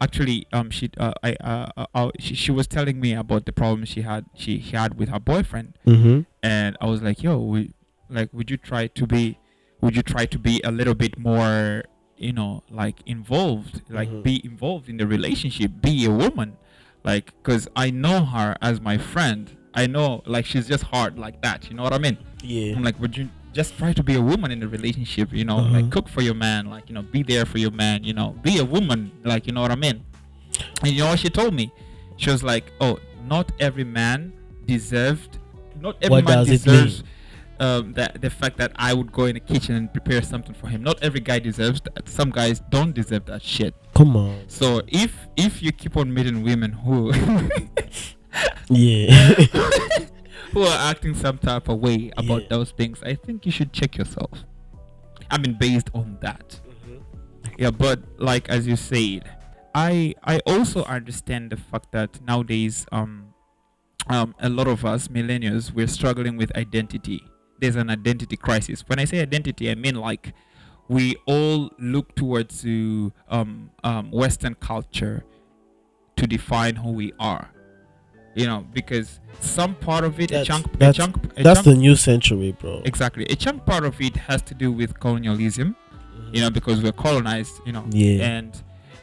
[SPEAKER 1] actually um she uh, I uh, uh, uh, she, she was telling me about the problem she had she had with her boyfriend
[SPEAKER 2] Mm-hmm.
[SPEAKER 1] and I was like yo we, like would you try to be would you try to be a little bit more you know like involved like
[SPEAKER 2] Mhm.
[SPEAKER 1] be involved in the relationship be a woman like cuz I know her as my friend I know like she's just hard like that you know what I mean
[SPEAKER 2] Yeah.
[SPEAKER 1] Mm-hmm. I'm like would you just try to be a woman in the relationship, you know,
[SPEAKER 2] Uh-huh.
[SPEAKER 1] like cook for your man, like, you know, be there for your man, you know, be a woman, like, you know what I mean? And you know what she told me? She was like, oh, not every man deserved, not every
[SPEAKER 2] What
[SPEAKER 1] man
[SPEAKER 2] does it
[SPEAKER 1] deserves
[SPEAKER 2] mean?
[SPEAKER 1] um, that the fact that I would go in the kitchen and prepare something for him. Not every guy deserves that. Some guys don't deserve that shit.
[SPEAKER 2] Come on.
[SPEAKER 1] So if if you keep on meeting women who
[SPEAKER 2] Yeah.
[SPEAKER 1] who are acting some type of way about
[SPEAKER 2] Yeah.
[SPEAKER 1] those things, I think you should check yourself. I mean, based on that, yeah. But like as you said, I I also understand the fact that nowadays um um a lot of us millennials we're struggling with identity. There's an identity crisis. When I say identity, I mean like we all look towards to um, um, Western culture to define who we are. You know, because some part of it,
[SPEAKER 2] That's-
[SPEAKER 1] a chunk,
[SPEAKER 2] that's-
[SPEAKER 1] a chunk, a
[SPEAKER 2] That's the
[SPEAKER 1] chunk
[SPEAKER 2] new century, bro.
[SPEAKER 1] exactly, a chunk part of it has to do with colonialism. You know, because we're colonized. You know,
[SPEAKER 2] Yeah.
[SPEAKER 1] and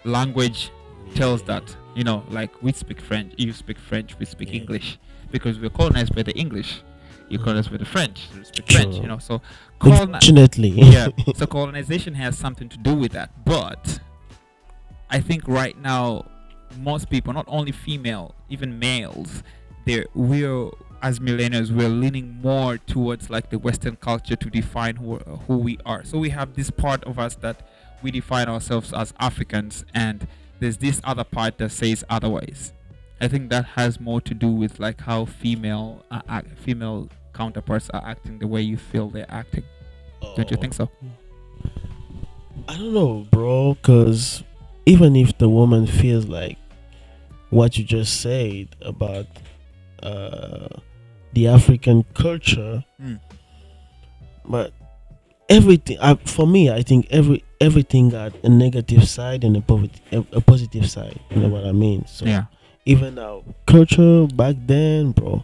[SPEAKER 1] language tells that. You know, like we speak French, you speak French, we speak
[SPEAKER 2] Yeah.
[SPEAKER 1] English, because we're colonized by the English. You
[SPEAKER 2] Mhm.
[SPEAKER 1] colonized by the French, you speak French.
[SPEAKER 2] True.
[SPEAKER 1] You know, so colon-
[SPEAKER 2] Unfortunately.
[SPEAKER 1] yeah. So colonization has something to do with that. But I think right now, most people, not only female, even males, they're we're as millennials, we're leaning more towards like the Western culture to define who who we are. So we have this part of us that we define ourselves as Africans, and there's this other part that says otherwise. I think that has more to do with like how female uh, act, female counterparts are acting the way you feel they're acting. Don't
[SPEAKER 2] Oh.
[SPEAKER 1] you think so?
[SPEAKER 2] I don't know, bro, because even if the woman feels like what you just said about uh, the African culture,
[SPEAKER 1] Mm.
[SPEAKER 2] but everything I, for me, I think every everything got a negative side and a, posit- a positive side. You know what I mean? So
[SPEAKER 1] Yeah.
[SPEAKER 2] even our culture back then, bro.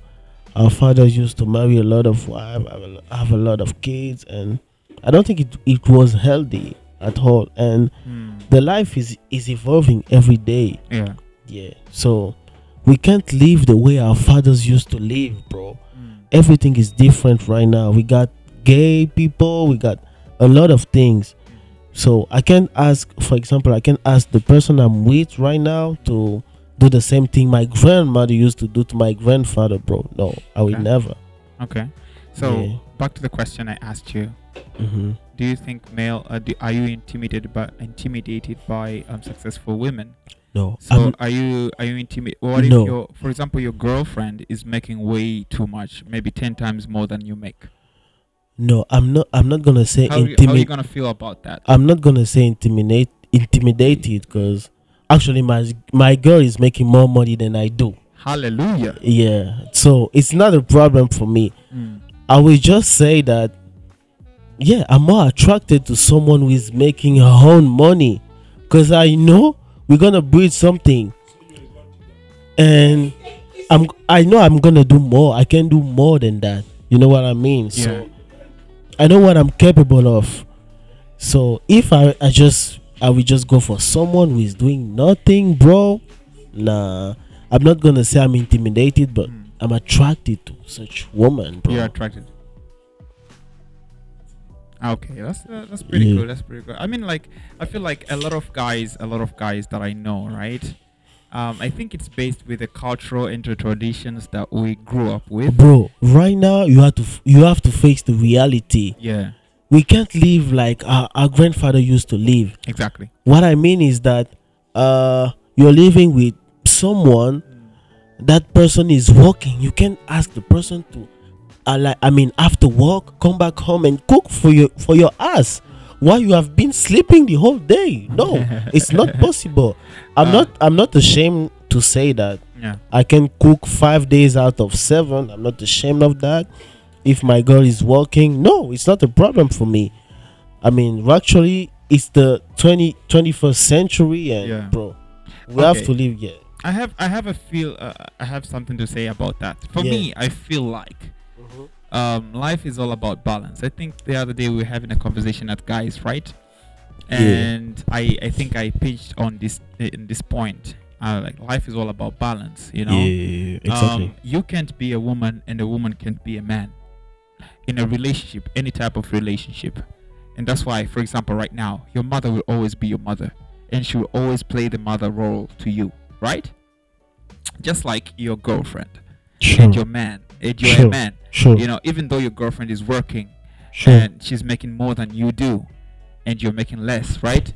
[SPEAKER 2] Our fathers used to marry a lot of wives, have a lo- have a lot of kids, and I don't think it, it was healthy at all. And the life is is evolving every day.
[SPEAKER 1] Yeah.
[SPEAKER 2] Yeah, so we can't live the way our fathers used to live, bro. Everything is different right now. We got gay people, we got a lot of things. So I can ask, for example, I can ask the person I'm with right now to do the same thing my grandmother used to do to my grandfather, bro. No, I will
[SPEAKER 1] Okay.
[SPEAKER 2] never.
[SPEAKER 1] Okay. So
[SPEAKER 2] Yeah.
[SPEAKER 1] back to the question I asked you:
[SPEAKER 2] Mhm.
[SPEAKER 1] Do you think male? Uh, do, are you intimidated by intimidated by um, successful women?
[SPEAKER 2] No,
[SPEAKER 1] So
[SPEAKER 2] I'm-
[SPEAKER 1] are you are you intimidated? What if
[SPEAKER 2] Um, No.
[SPEAKER 1] your, for example, your girlfriend is making way too much, maybe ten times more than you make?
[SPEAKER 2] no, I'm not. I'm not gonna say
[SPEAKER 1] How, are you- how are you
[SPEAKER 2] intimidate.
[SPEAKER 1] gonna feel about that?
[SPEAKER 2] I'm not gonna say intimidate, intimidated, because actually my my girl is making more money than I do.
[SPEAKER 1] Hallelujah.
[SPEAKER 2] Yeah, so it's not a problem for me.
[SPEAKER 1] Mm.
[SPEAKER 2] I will just say that, yeah, I'm more attracted to someone who is making her own money because I know we're gonna build something, and I'm I know I'm gonna do more. I can do more than that. You know what I mean?
[SPEAKER 1] Yeah.
[SPEAKER 2] So I know what I'm capable of. So if I I just I will just go for someone who is doing nothing, bro. Nah, I'm not gonna say I'm intimidated, but
[SPEAKER 1] Mm.
[SPEAKER 2] I'm attracted to such woman, bro.
[SPEAKER 1] You're attracted. Okay, that's uh, that's pretty
[SPEAKER 2] Yeah.
[SPEAKER 1] cool. That's pretty cool. I mean, like, I feel like a lot of guys, a lot of guys that I know, right? Um, I think it's based with the cultural and the traditions that we grew up with.
[SPEAKER 2] bro right now you have to f- you have to face the reality
[SPEAKER 1] Yeah,
[SPEAKER 2] we can't live like our, our grandfather used to live
[SPEAKER 1] exactly.
[SPEAKER 2] what i mean is that uh you're living with someone that person is working you can ask the person to uh, like i mean after work come back home and cook for your for your ass while you have been sleeping the whole day no it's not possible i'm
[SPEAKER 1] Uh.
[SPEAKER 2] not i'm not ashamed to say that
[SPEAKER 1] Yeah,
[SPEAKER 2] I can cook five days out of seven. I'm not ashamed of that. If my girl is working, no, it's not a problem for me. I mean, actually, it's the 20, 21st century, and
[SPEAKER 1] Yeah.
[SPEAKER 2] bro, we have
[SPEAKER 1] Okay.
[SPEAKER 2] to live here.
[SPEAKER 1] I have I have a feel. Uh, I have something to say about that. For
[SPEAKER 2] Yeah. Mm-hmm.
[SPEAKER 1] me, I feel like um, life is all about balance. I think the other day we were having a conversation at guys, right?
[SPEAKER 2] Yeah.
[SPEAKER 1] And I, I think I pitched on this in this point. Uh, like life is all about balance, Um, you know.
[SPEAKER 2] yeah,
[SPEAKER 1] Um, you can't be a woman and a woman can't be a man. in a relationship, any type of relationship. And that's why, for example, right now, your mother will always be your mother and she will always play the mother role to you, right? Just like your girlfriend
[SPEAKER 2] Sure.
[SPEAKER 1] and your man and your
[SPEAKER 2] Sure.
[SPEAKER 1] man.
[SPEAKER 2] Sure.
[SPEAKER 1] You know, even though your girlfriend is working
[SPEAKER 2] Sure.
[SPEAKER 1] and she's making more than you do and you're making less, right?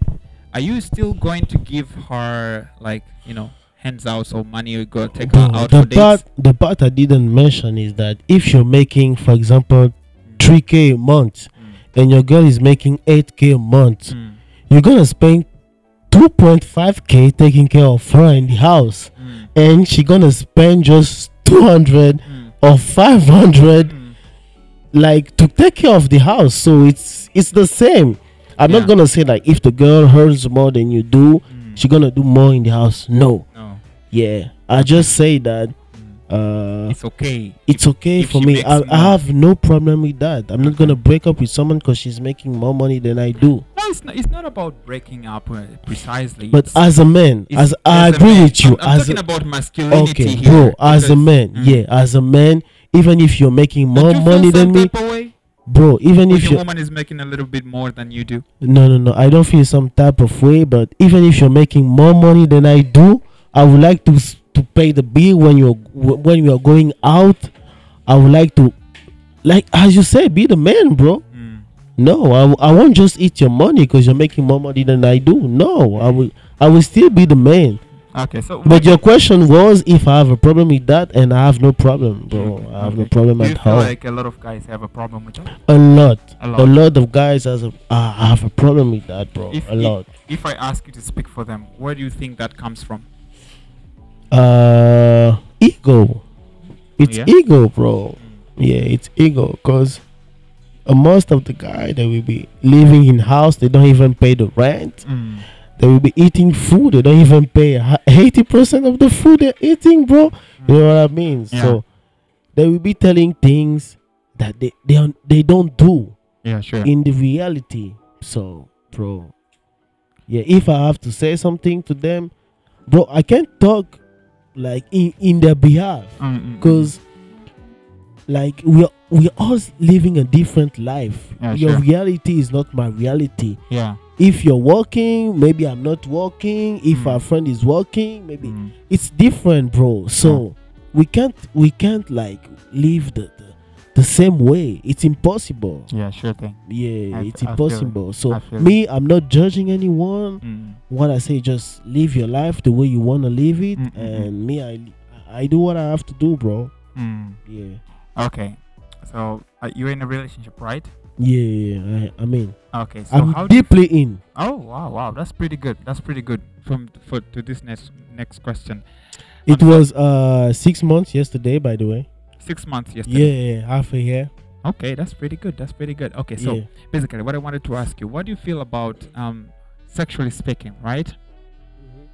[SPEAKER 1] Are you still going to give her like, you know, hands out or money or go take her
[SPEAKER 2] But
[SPEAKER 1] out for
[SPEAKER 2] the
[SPEAKER 1] dates?
[SPEAKER 2] part the part I didn't mention is that if you're making, for example, three k a month,
[SPEAKER 1] Mm,
[SPEAKER 2] and your girl is making eight k a month,
[SPEAKER 1] mm,
[SPEAKER 2] you're gonna spend two point five k taking care of her in the house,
[SPEAKER 1] mm,
[SPEAKER 2] and she gonna spend just two hundred
[SPEAKER 1] mm,
[SPEAKER 2] or five hundred
[SPEAKER 1] mm.
[SPEAKER 2] like to take care of the house. So it's it's the same. I'm
[SPEAKER 1] Yeah.
[SPEAKER 2] not gonna say like if the girl earns more than you do,
[SPEAKER 1] Mm.
[SPEAKER 2] she gonna do more in the house. No,
[SPEAKER 1] No.
[SPEAKER 2] yeah, I just say that.
[SPEAKER 1] Mm.
[SPEAKER 2] Uh,
[SPEAKER 1] It's okay.
[SPEAKER 2] it's okay
[SPEAKER 1] if
[SPEAKER 2] for
[SPEAKER 1] she
[SPEAKER 2] me.
[SPEAKER 1] makes
[SPEAKER 2] I,
[SPEAKER 1] more.
[SPEAKER 2] I have no problem with that. I'm not
[SPEAKER 1] Okay.
[SPEAKER 2] gonna break up with someone because she's making more money than I do.
[SPEAKER 1] No, it's not, it's not about breaking up uh, precisely.
[SPEAKER 2] But
[SPEAKER 1] it's,
[SPEAKER 2] as a man,
[SPEAKER 1] it's-
[SPEAKER 2] as I
[SPEAKER 1] as a
[SPEAKER 2] agree
[SPEAKER 1] man-
[SPEAKER 2] with you,
[SPEAKER 1] I'm, I'm
[SPEAKER 2] as
[SPEAKER 1] talking
[SPEAKER 2] a,
[SPEAKER 1] about masculinity
[SPEAKER 2] okay,
[SPEAKER 1] here.
[SPEAKER 2] bro, as a
[SPEAKER 1] because-
[SPEAKER 2] man,
[SPEAKER 1] Mm.
[SPEAKER 2] yeah, as a man, even if you're making
[SPEAKER 1] Don't
[SPEAKER 2] more
[SPEAKER 1] you feel
[SPEAKER 2] money than
[SPEAKER 1] some
[SPEAKER 2] me,
[SPEAKER 1] type of way
[SPEAKER 2] bro, even
[SPEAKER 1] when
[SPEAKER 2] if
[SPEAKER 1] your
[SPEAKER 2] you
[SPEAKER 1] woman is making a little bit more than you do.
[SPEAKER 2] no, no, no, I don't feel some type of way. But even if you're making more money than I do, I would like to s- to pay the bill when you're when you're going out. I would like to, like as you say, be the man, bro.
[SPEAKER 1] Mm.
[SPEAKER 2] No, I, w- I won't just eat your money because you're making more money than I do. No,
[SPEAKER 1] Mm.
[SPEAKER 2] I will I will still be the man.
[SPEAKER 1] Okay, so
[SPEAKER 2] But your question was if I have a problem with that, and I have no problem, bro.
[SPEAKER 1] Okay,
[SPEAKER 2] I have no
[SPEAKER 1] okay.
[SPEAKER 2] problem
[SPEAKER 1] do you
[SPEAKER 2] at
[SPEAKER 1] feel
[SPEAKER 2] all.
[SPEAKER 1] like a lot of guys have a problem with that?
[SPEAKER 2] a lot,
[SPEAKER 1] A lot.
[SPEAKER 2] a lot of guys has a ah, I have a problem with that, bro.
[SPEAKER 1] If it-
[SPEAKER 2] a lot.
[SPEAKER 1] If I ask you to speak for them, where do you think that comes from?
[SPEAKER 2] Uh, ego. It's
[SPEAKER 1] Yeah?
[SPEAKER 2] ego, bro. Yeah, it's ego. Cause uh, most of the guy that will be living in house, they don't even pay the rent.
[SPEAKER 1] Mm.
[SPEAKER 2] They will be eating food. They don't even pay eighty percent of the food they're eating, bro. You know what I mean?
[SPEAKER 1] Yeah.
[SPEAKER 2] So they will be telling things that they they don't- they don't do
[SPEAKER 1] Yeah, sure.
[SPEAKER 2] in the reality. So, bro, yeah. If I have to say something to them, bro, I can't talk like in in their behalf
[SPEAKER 1] Mm, mm, mm.
[SPEAKER 2] because like we are we are all living a different life.
[SPEAKER 1] Yeah,
[SPEAKER 2] Your
[SPEAKER 1] sure.
[SPEAKER 2] reality is not my reality
[SPEAKER 1] yeah,
[SPEAKER 2] if you're working maybe i'm not working if
[SPEAKER 1] Mm.
[SPEAKER 2] our friend is working maybe
[SPEAKER 1] Mm.
[SPEAKER 2] it's different bro so
[SPEAKER 1] Ah.
[SPEAKER 2] we can't we can't like live the, the the same way it's impossible
[SPEAKER 1] yeah, sure thing.
[SPEAKER 2] yeah
[SPEAKER 1] I-
[SPEAKER 2] it's
[SPEAKER 1] I feel it.
[SPEAKER 2] impossible
[SPEAKER 1] I
[SPEAKER 2] so
[SPEAKER 1] feel
[SPEAKER 2] me i'm not judging anyone
[SPEAKER 1] Mm.
[SPEAKER 2] what i say just live your life the way you want to live it
[SPEAKER 1] Mm, mm, mm.
[SPEAKER 2] and me i i do what i have to do bro
[SPEAKER 1] Mm.
[SPEAKER 2] yeah
[SPEAKER 1] Okay, so uh, you're in a relationship, right?
[SPEAKER 2] yeah, yeah, yeah. I, I mean
[SPEAKER 1] Okay, so how
[SPEAKER 2] i'm
[SPEAKER 1] do you
[SPEAKER 2] deeply in
[SPEAKER 1] Oh wow, wow, that's pretty good. That's pretty good. From for to this next next question, I'm-
[SPEAKER 2] it was uh six months yesterday by the way
[SPEAKER 1] six months
[SPEAKER 2] yeah,
[SPEAKER 1] yesterday.
[SPEAKER 2] yeah half a year
[SPEAKER 1] Okay, that's pretty good. That's pretty good. Okay, so
[SPEAKER 2] yeah.
[SPEAKER 1] basically, what I wanted to ask you, what do you feel about um, sexually speaking, right?
[SPEAKER 2] Mm-hmm.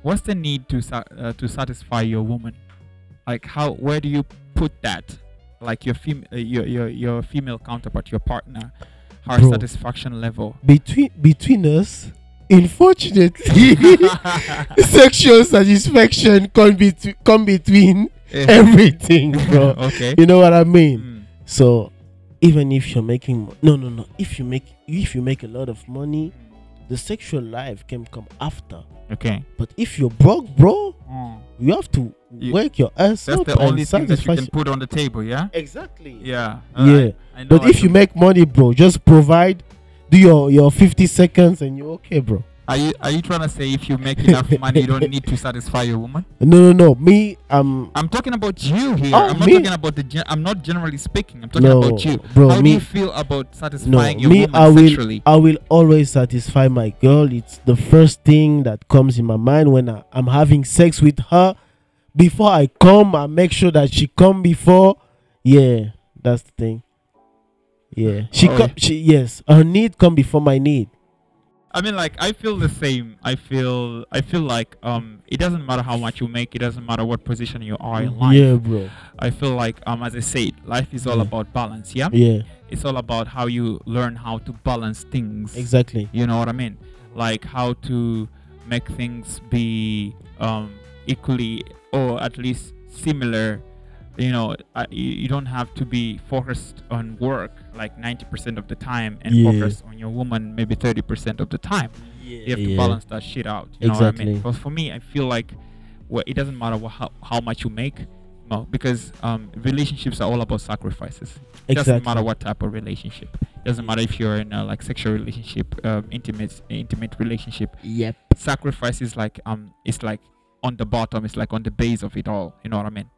[SPEAKER 1] What's the need to sa- uh, to satisfy your woman? Like how? Where do you put that? Like your fem- uh, your, your your female counterpart, your partner, her
[SPEAKER 2] Bro.
[SPEAKER 1] satisfaction level.
[SPEAKER 2] between between us unfortunately sexual satisfaction come, betw- come between
[SPEAKER 1] Yeah.
[SPEAKER 2] everything bro
[SPEAKER 1] okay.
[SPEAKER 2] you know what i mean
[SPEAKER 1] Mm.
[SPEAKER 2] so even if you're making mo- no no no if you make if you make a lot of money the sexual life can come after
[SPEAKER 1] Okay.
[SPEAKER 2] but if you're broke bro
[SPEAKER 1] Mm.
[SPEAKER 2] you have to
[SPEAKER 1] You-
[SPEAKER 2] work your ass
[SPEAKER 1] That's
[SPEAKER 2] up
[SPEAKER 1] the only
[SPEAKER 2] and
[SPEAKER 1] thing that you
[SPEAKER 2] satisfy
[SPEAKER 1] can put on the table, yeah?
[SPEAKER 2] exactly
[SPEAKER 1] Yeah.
[SPEAKER 2] yeah
[SPEAKER 1] alright. I know
[SPEAKER 2] but
[SPEAKER 1] I
[SPEAKER 2] if you
[SPEAKER 1] can-
[SPEAKER 2] make money bro just provide do your your 50 seconds and you're okay bro
[SPEAKER 1] are you are you trying to say if you make enough money, you don't need to satisfy your woman?
[SPEAKER 2] No, no, no. Me, um, I'm.
[SPEAKER 1] I'm talking about you here.
[SPEAKER 2] Oh,
[SPEAKER 1] I'm not
[SPEAKER 2] me?
[SPEAKER 1] talking about the. Gen- I'm not generally speaking. I'm talking
[SPEAKER 2] no,
[SPEAKER 1] about you.
[SPEAKER 2] bro.
[SPEAKER 1] How do
[SPEAKER 2] me,
[SPEAKER 1] you feel about
[SPEAKER 2] no.
[SPEAKER 1] satisfying your
[SPEAKER 2] Me,
[SPEAKER 1] woman
[SPEAKER 2] I will.
[SPEAKER 1] sexually?
[SPEAKER 2] I will always satisfy my girl. It's the first thing that comes in my mind when I, I'm having sex with her. Before I come, I make sure that she come before. Yeah, that's the thing. Yeah, she
[SPEAKER 1] Oh.
[SPEAKER 2] come. She yes, her need come before my need.
[SPEAKER 1] I mean, like I feel the same. I feel I feel like um, it doesn't matter how much you make. It doesn't matter what position you are in life.
[SPEAKER 2] Yeah, bro.
[SPEAKER 1] I feel like um, as I said, life is all
[SPEAKER 2] Yeah.
[SPEAKER 1] about balance. Yeah,
[SPEAKER 2] Yeah,
[SPEAKER 1] it's all about how you learn how to balance things.
[SPEAKER 2] exactly.
[SPEAKER 1] You know what I mean? Like how to make things be um, equally or at least similar you know I, you you don't have to be focused on work like 90% of the time and
[SPEAKER 2] Yeah.
[SPEAKER 1] focus on your woman maybe 30% of the time you have to
[SPEAKER 2] Yeah.
[SPEAKER 1] balance that shit out you know what i mean
[SPEAKER 2] Exactly.
[SPEAKER 1] because for me i feel like well, it doesn't matter wha- how, how much you make no because um, relationships are all about sacrifices it doesn't matter
[SPEAKER 2] Exactly.
[SPEAKER 1] what type of relationship it doesn't matter if you're in a like sexual relationship um, intimate intimate relationship
[SPEAKER 2] Yep.
[SPEAKER 1] sacrifice is like um it's like on the bottom it's like on the base of it all you know what i mean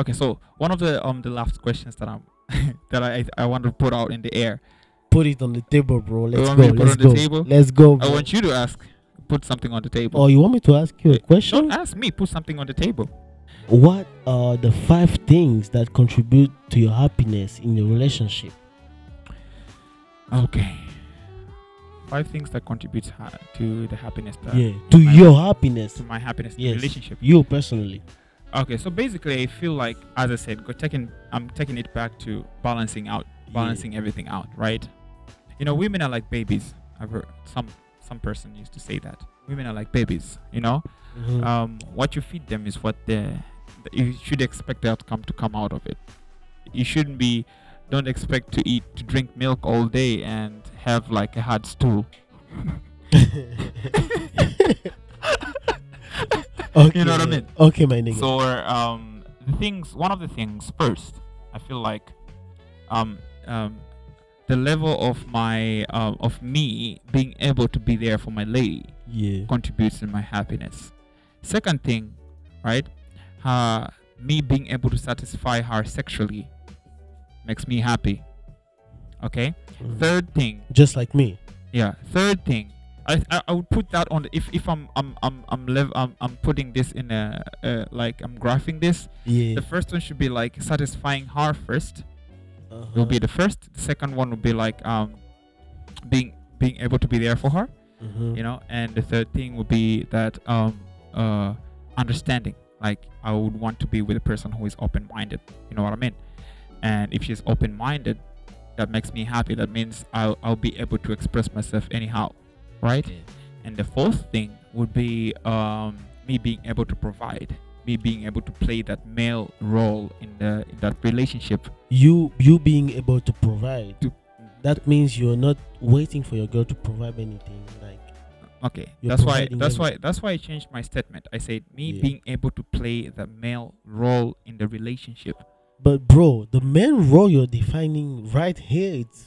[SPEAKER 1] okay so one of the um the last questions that i'm that I, I want to put out in the air.
[SPEAKER 2] Put it on the table, bro. Let's
[SPEAKER 1] want
[SPEAKER 2] go.
[SPEAKER 1] me to put
[SPEAKER 2] Let's
[SPEAKER 1] on the
[SPEAKER 2] go.
[SPEAKER 1] table?
[SPEAKER 2] Let's go. Bro.
[SPEAKER 1] I want you to ask, put something on the table.
[SPEAKER 2] Oh, you want me to ask you a
[SPEAKER 1] Eh,
[SPEAKER 2] question?
[SPEAKER 1] Don't ask me. Put something on the table.
[SPEAKER 2] What are the five things that contribute to your happiness in your relationship?
[SPEAKER 1] Okay. Five things that contribute ha- to the happiness that,
[SPEAKER 2] yeah, to
[SPEAKER 1] my-
[SPEAKER 2] your happiness.
[SPEAKER 1] to my happiness in
[SPEAKER 2] Yes.
[SPEAKER 1] relationship.
[SPEAKER 2] You personally.
[SPEAKER 1] Okay, so basically, I feel like, as I said, go taking I'm taking it back to balancing out, balancing everything out, right? You know, women are like babies. I've heard some some person used to say that women are like babies. You know,
[SPEAKER 2] Mhm.
[SPEAKER 1] um, what you feed them is what the the- you should expect the outcome to come out of it. You shouldn't be don't expect to eat to drink milk all day and have like a hard stool.
[SPEAKER 2] okay.
[SPEAKER 1] Uh, You know what I mean?
[SPEAKER 2] Okay, my nigga.
[SPEAKER 1] So um, the things one of the things first, I feel like um, um, the level of my um, of me being able to be there for my lady
[SPEAKER 2] yeah.
[SPEAKER 1] contributes in my happiness. Second thing, right? Uh, me being able to satisfy her sexually makes me happy. Okay.
[SPEAKER 2] Mhm.
[SPEAKER 1] Third thing,
[SPEAKER 2] Just like me.
[SPEAKER 1] yeah. Third thing, I I, I would put that on the, if if I'm I'm I'm I'm, lev- I'm I'm putting this in a uh, like I'm graphing this.
[SPEAKER 2] Yeah.
[SPEAKER 1] The first one should be like satisfying her first.
[SPEAKER 2] uh
[SPEAKER 1] Will be the first. The second one would be like um being being able to be there for her
[SPEAKER 2] Uh-huh. Mm. Mm-hmm.
[SPEAKER 1] you know and the third thing would be that um uh understanding like i would want to be with a person who is open-minded you know what i mean and if she's open-minded that makes me happy that means i'll, I'll be able to express myself anyhow right and the fourth thing would be um me being able to provide me being able to play that male role in the in that relationship
[SPEAKER 2] You you being able to provide.
[SPEAKER 1] To-
[SPEAKER 2] That means you're not waiting for your girl to provide anything. Like
[SPEAKER 1] okay
[SPEAKER 2] You're
[SPEAKER 1] that's why
[SPEAKER 2] providing
[SPEAKER 1] that's
[SPEAKER 2] them.
[SPEAKER 1] why that's why i changed my statement i said me
[SPEAKER 2] Yeah.
[SPEAKER 1] being able to play the male role in the relationship
[SPEAKER 2] but bro, the main role you're defining right here it's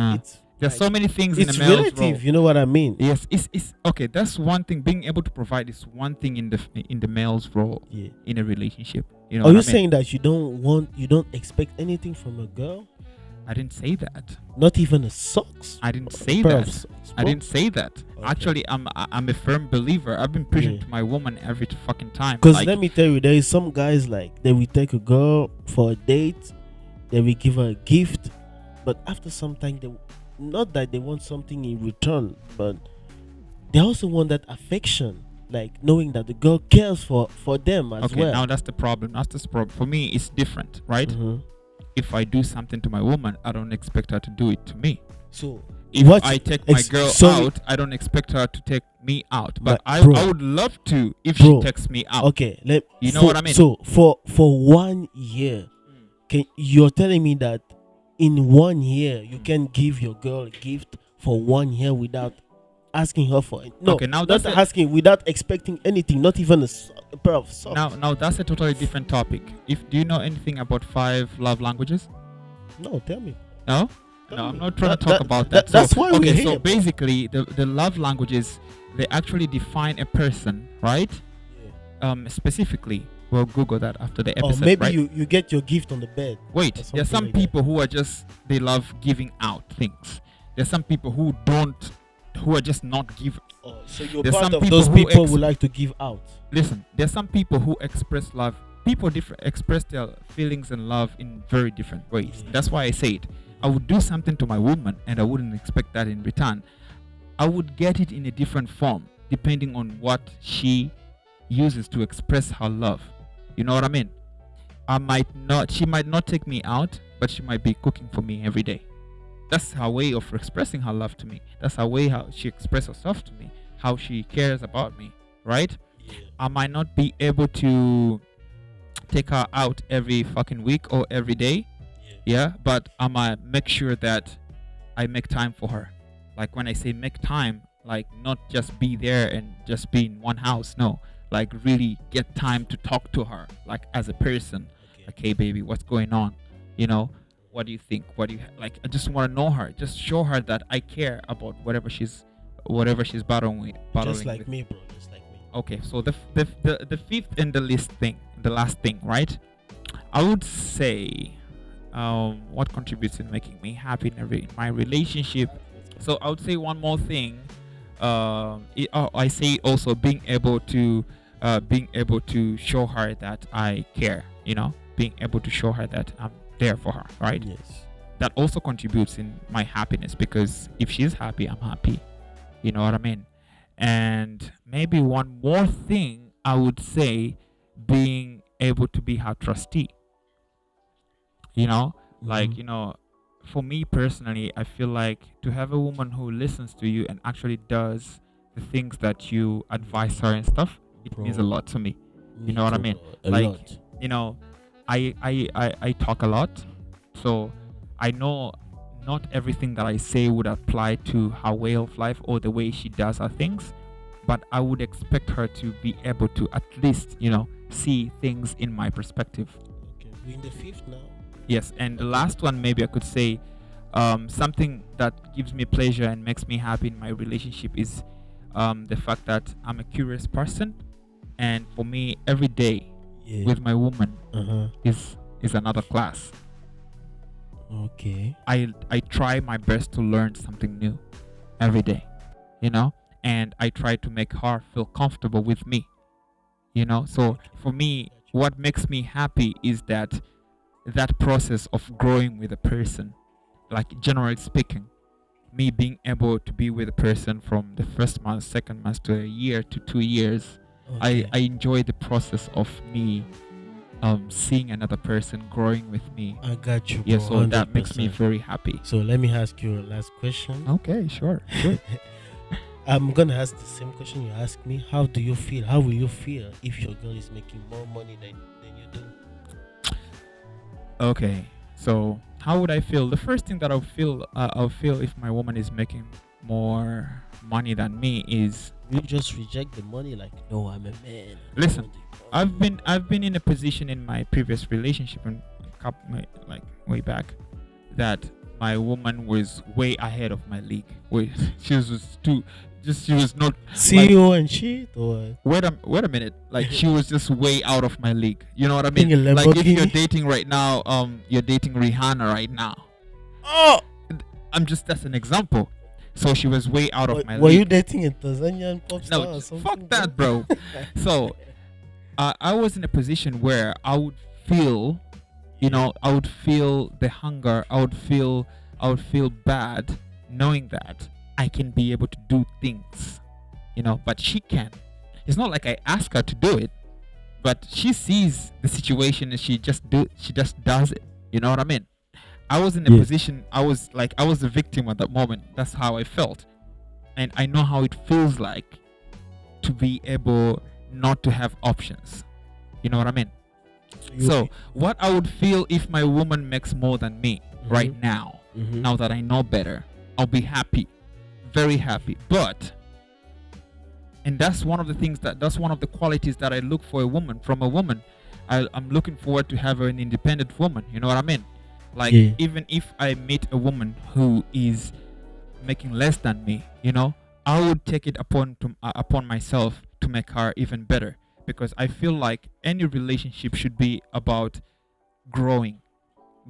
[SPEAKER 1] uh,
[SPEAKER 2] it's
[SPEAKER 1] there's
[SPEAKER 2] like-
[SPEAKER 1] so many things in
[SPEAKER 2] it's
[SPEAKER 1] the male
[SPEAKER 2] relative,
[SPEAKER 1] role
[SPEAKER 2] you know what I mean?
[SPEAKER 1] yes it's, it's okay that's one thing being able to provide is one thing in the in the male's role
[SPEAKER 2] Yeah.
[SPEAKER 1] in a relationship you know
[SPEAKER 2] Are
[SPEAKER 1] what
[SPEAKER 2] you
[SPEAKER 1] I mean?
[SPEAKER 2] saying that you don't want you don't expect anything from a girl?
[SPEAKER 1] i didn't say that
[SPEAKER 2] Not even a socks?
[SPEAKER 1] i didn't say
[SPEAKER 2] pair
[SPEAKER 1] that
[SPEAKER 2] of socks,
[SPEAKER 1] I
[SPEAKER 2] bro?
[SPEAKER 1] didn't say that.
[SPEAKER 2] Oh. Okay.
[SPEAKER 1] Actually, I'm I- I'm a firm believer. I've been preaching
[SPEAKER 2] Yeah.
[SPEAKER 1] to my woman every fucking time.
[SPEAKER 2] Because
[SPEAKER 1] like,
[SPEAKER 2] let me tell you, there is some guys like they will take a girl for a date, they will give her a gift, but after some time, they not that they want something in return, but they also want that affection, like knowing that the girl cares for for them as
[SPEAKER 1] okay,
[SPEAKER 2] well.
[SPEAKER 1] now that's the problem. That's the problem. For me, it's different, right?
[SPEAKER 2] Mhm.
[SPEAKER 1] if I do something to my woman, I don't expect her to do it to me.
[SPEAKER 2] So
[SPEAKER 1] If
[SPEAKER 2] What-
[SPEAKER 1] I take my
[SPEAKER 2] ex-
[SPEAKER 1] girl
[SPEAKER 2] sorry.
[SPEAKER 1] out, I don't expect her to take me out. But,
[SPEAKER 2] But
[SPEAKER 1] I,
[SPEAKER 2] bro.
[SPEAKER 1] I would love to if
[SPEAKER 2] Bro.
[SPEAKER 1] she takes me out.
[SPEAKER 2] okay, let
[SPEAKER 1] You know
[SPEAKER 2] for-
[SPEAKER 1] what I mean? Mm.
[SPEAKER 2] So for for one year, can you're telling me that in one year you
[SPEAKER 1] Mm.
[SPEAKER 2] can give your girl a gift for one year without asking her for it? No,
[SPEAKER 1] Okay, now
[SPEAKER 2] not
[SPEAKER 1] that's a-
[SPEAKER 2] asking without expecting anything, not even a, so- a pair of socks.
[SPEAKER 1] Now, now that's a totally different topic. If do you know anything about five love languages?
[SPEAKER 2] no, tell me.
[SPEAKER 1] No,
[SPEAKER 2] Tell
[SPEAKER 1] no,
[SPEAKER 2] me.
[SPEAKER 1] I'm not trying to
[SPEAKER 2] That-
[SPEAKER 1] talk about that.
[SPEAKER 2] that- that's
[SPEAKER 1] so,
[SPEAKER 2] why
[SPEAKER 1] okay,
[SPEAKER 2] we're here.
[SPEAKER 1] so
[SPEAKER 2] bro.
[SPEAKER 1] basically, the the love languages they actually define a person, right?
[SPEAKER 2] Yeah.
[SPEAKER 1] Um, specifically, we'll Google that after the episode.
[SPEAKER 2] or Oh, maybe
[SPEAKER 1] right?
[SPEAKER 2] you, you get your gift on the bed.
[SPEAKER 1] Wait,
[SPEAKER 2] or
[SPEAKER 1] there are
[SPEAKER 2] something
[SPEAKER 1] some
[SPEAKER 2] like that.
[SPEAKER 1] people who are just they love giving out things. There's some people who don't, who are just not give.
[SPEAKER 2] Oh, so you're
[SPEAKER 1] There's
[SPEAKER 2] part
[SPEAKER 1] some
[SPEAKER 2] of
[SPEAKER 1] people
[SPEAKER 2] those
[SPEAKER 1] who
[SPEAKER 2] people
[SPEAKER 1] ex-
[SPEAKER 2] who like to give out.
[SPEAKER 1] Listen, there's some people who express love. People different express their feelings and love in very different ways.
[SPEAKER 2] Yeah.
[SPEAKER 1] That's why I said I would do something to my woman, and I wouldn't expect that in return. I would get it in a different form depending on what she uses to express her love. You know what I mean? I might not. She might not take me out, but she might be cooking for me every day. That's her way of expressing her love to me. That's her way how she expresses herself to me, how she cares about me, right? I might not be able to take her out every fucking week or every day. Yeah. But I'ma make sure that I make time for her. Like when I say make time, like not just be there and just be in one house. No. Like really get time to talk to her, like as a person. Like, hey baby, what's going on? You know, what do you think? What do you like? I just want to know her. Just show her that I care about whatever she's, whatever she's battling with. Battling
[SPEAKER 2] Just
[SPEAKER 1] with
[SPEAKER 2] like me, bro. Just like me.
[SPEAKER 1] okay so the, f- the, f- the, the fifth and the least thing the last thing right i would say um, what contributes in making me happy in, every, in my relationship so i would say one more thing um, it, oh, i say also being able to uh, being able to show her that i care you know being able to show her that i'm there for her right
[SPEAKER 2] Yes.
[SPEAKER 1] that also contributes in my happiness because if she's happy, I'm happy. You know what I mean? And maybe one more thing I would say being able to be her trustee. You know, like,
[SPEAKER 2] Mhm.
[SPEAKER 1] you know, for me personally, I feel like to have a woman who listens to you and actually does the things that you advise her and stuff, it means a
[SPEAKER 2] Bro.
[SPEAKER 1] lot to me.
[SPEAKER 2] Mm-hmm. Me
[SPEAKER 1] know what I
[SPEAKER 2] too,
[SPEAKER 1] mean?
[SPEAKER 2] bro. A
[SPEAKER 1] Like,
[SPEAKER 2] lot.
[SPEAKER 1] you know, I I I, I talk a lot, so I know not everything that I say would apply to her way of life or the way she does her things, but I would expect her to be able to at least you know see things in my perspective.
[SPEAKER 2] Okay. We're in the fifth now.
[SPEAKER 1] Yes, and the last one maybe I could say um, something that gives me pleasure and makes me happy in my relationship is um, the fact that I'm a curious person, and for me every day
[SPEAKER 2] Yeah.
[SPEAKER 1] with uh-huh. my woman
[SPEAKER 2] uh huh.
[SPEAKER 1] is is another class.
[SPEAKER 2] Okay.
[SPEAKER 1] I I try my best to learn something new every day, you know, and I try to make her feel comfortable with me, you know. So for me, what makes me happy is that that process of growing with a person, like generally speaking, me being able to be with a person from the first month, second month to a year to two years, I, I enjoy the process of me um, seeing another person growing with me.
[SPEAKER 2] I got you. Bro,
[SPEAKER 1] Yeah, so that makes me
[SPEAKER 2] 100%.
[SPEAKER 1] very happy.
[SPEAKER 2] So let me ask you a last question.
[SPEAKER 1] Okay, sure. sure.
[SPEAKER 2] I'm gonna ask the same question you asked me. How do you feel? How will you feel if your girl is making more money than, than you do?
[SPEAKER 1] okay, so how would I feel? The first thing that I'll feel, uh, I'll feel if my woman is making more money than me is
[SPEAKER 2] You just reject the money like no, I'm a man. I
[SPEAKER 1] Listen,
[SPEAKER 2] want the economy."
[SPEAKER 1] I've been I've been in a position in my previous relationship and a coup- my- like way back that my woman was way ahead of my league. Wait, she was too just she was not
[SPEAKER 2] CEO and shit or
[SPEAKER 1] wait a wait a minute. Like she was just way out of my league. You know what I mean?
[SPEAKER 2] Being a
[SPEAKER 1] Like if you're
[SPEAKER 2] Lamborghini?
[SPEAKER 1] dating right now, um, you're dating Rihanna right now.
[SPEAKER 2] oh,
[SPEAKER 1] I'm just that's an example. So she was way out
[SPEAKER 2] were,
[SPEAKER 1] of my
[SPEAKER 2] were
[SPEAKER 1] league.
[SPEAKER 2] you dating a Tanzanian pop star
[SPEAKER 1] no,
[SPEAKER 2] or
[SPEAKER 1] fuck
[SPEAKER 2] something?
[SPEAKER 1] that, bro. so I I was in a position where I would feel, you know, I would feel the hunger. I would feel I would feel bad knowing that I can be able to do things, you know, but she can. It's not like I ask her to do it, but she sees the situation and she just do she just does it. You know what I mean? I was in a
[SPEAKER 2] Yeah.
[SPEAKER 1] position I was like I was the victim at that moment. That's how I felt. And I know how it feels like to be able not to have options. You know what I mean?
[SPEAKER 2] You-
[SPEAKER 1] So, what I would feel if my woman makes more than me right now,
[SPEAKER 2] Mhm.
[SPEAKER 1] now that I know better, I'll be happy, very happy. But, and that's one of the things that that's one of the qualities that I look for a woman from a woman. I, I'm looking forward to have an independent woman. You know what I mean? Like
[SPEAKER 2] Yeah.
[SPEAKER 1] even if I meet a woman who is making less than me, you know, I would take it upon to, uh, upon myself to make her even better because I feel like any relationship should be about growing,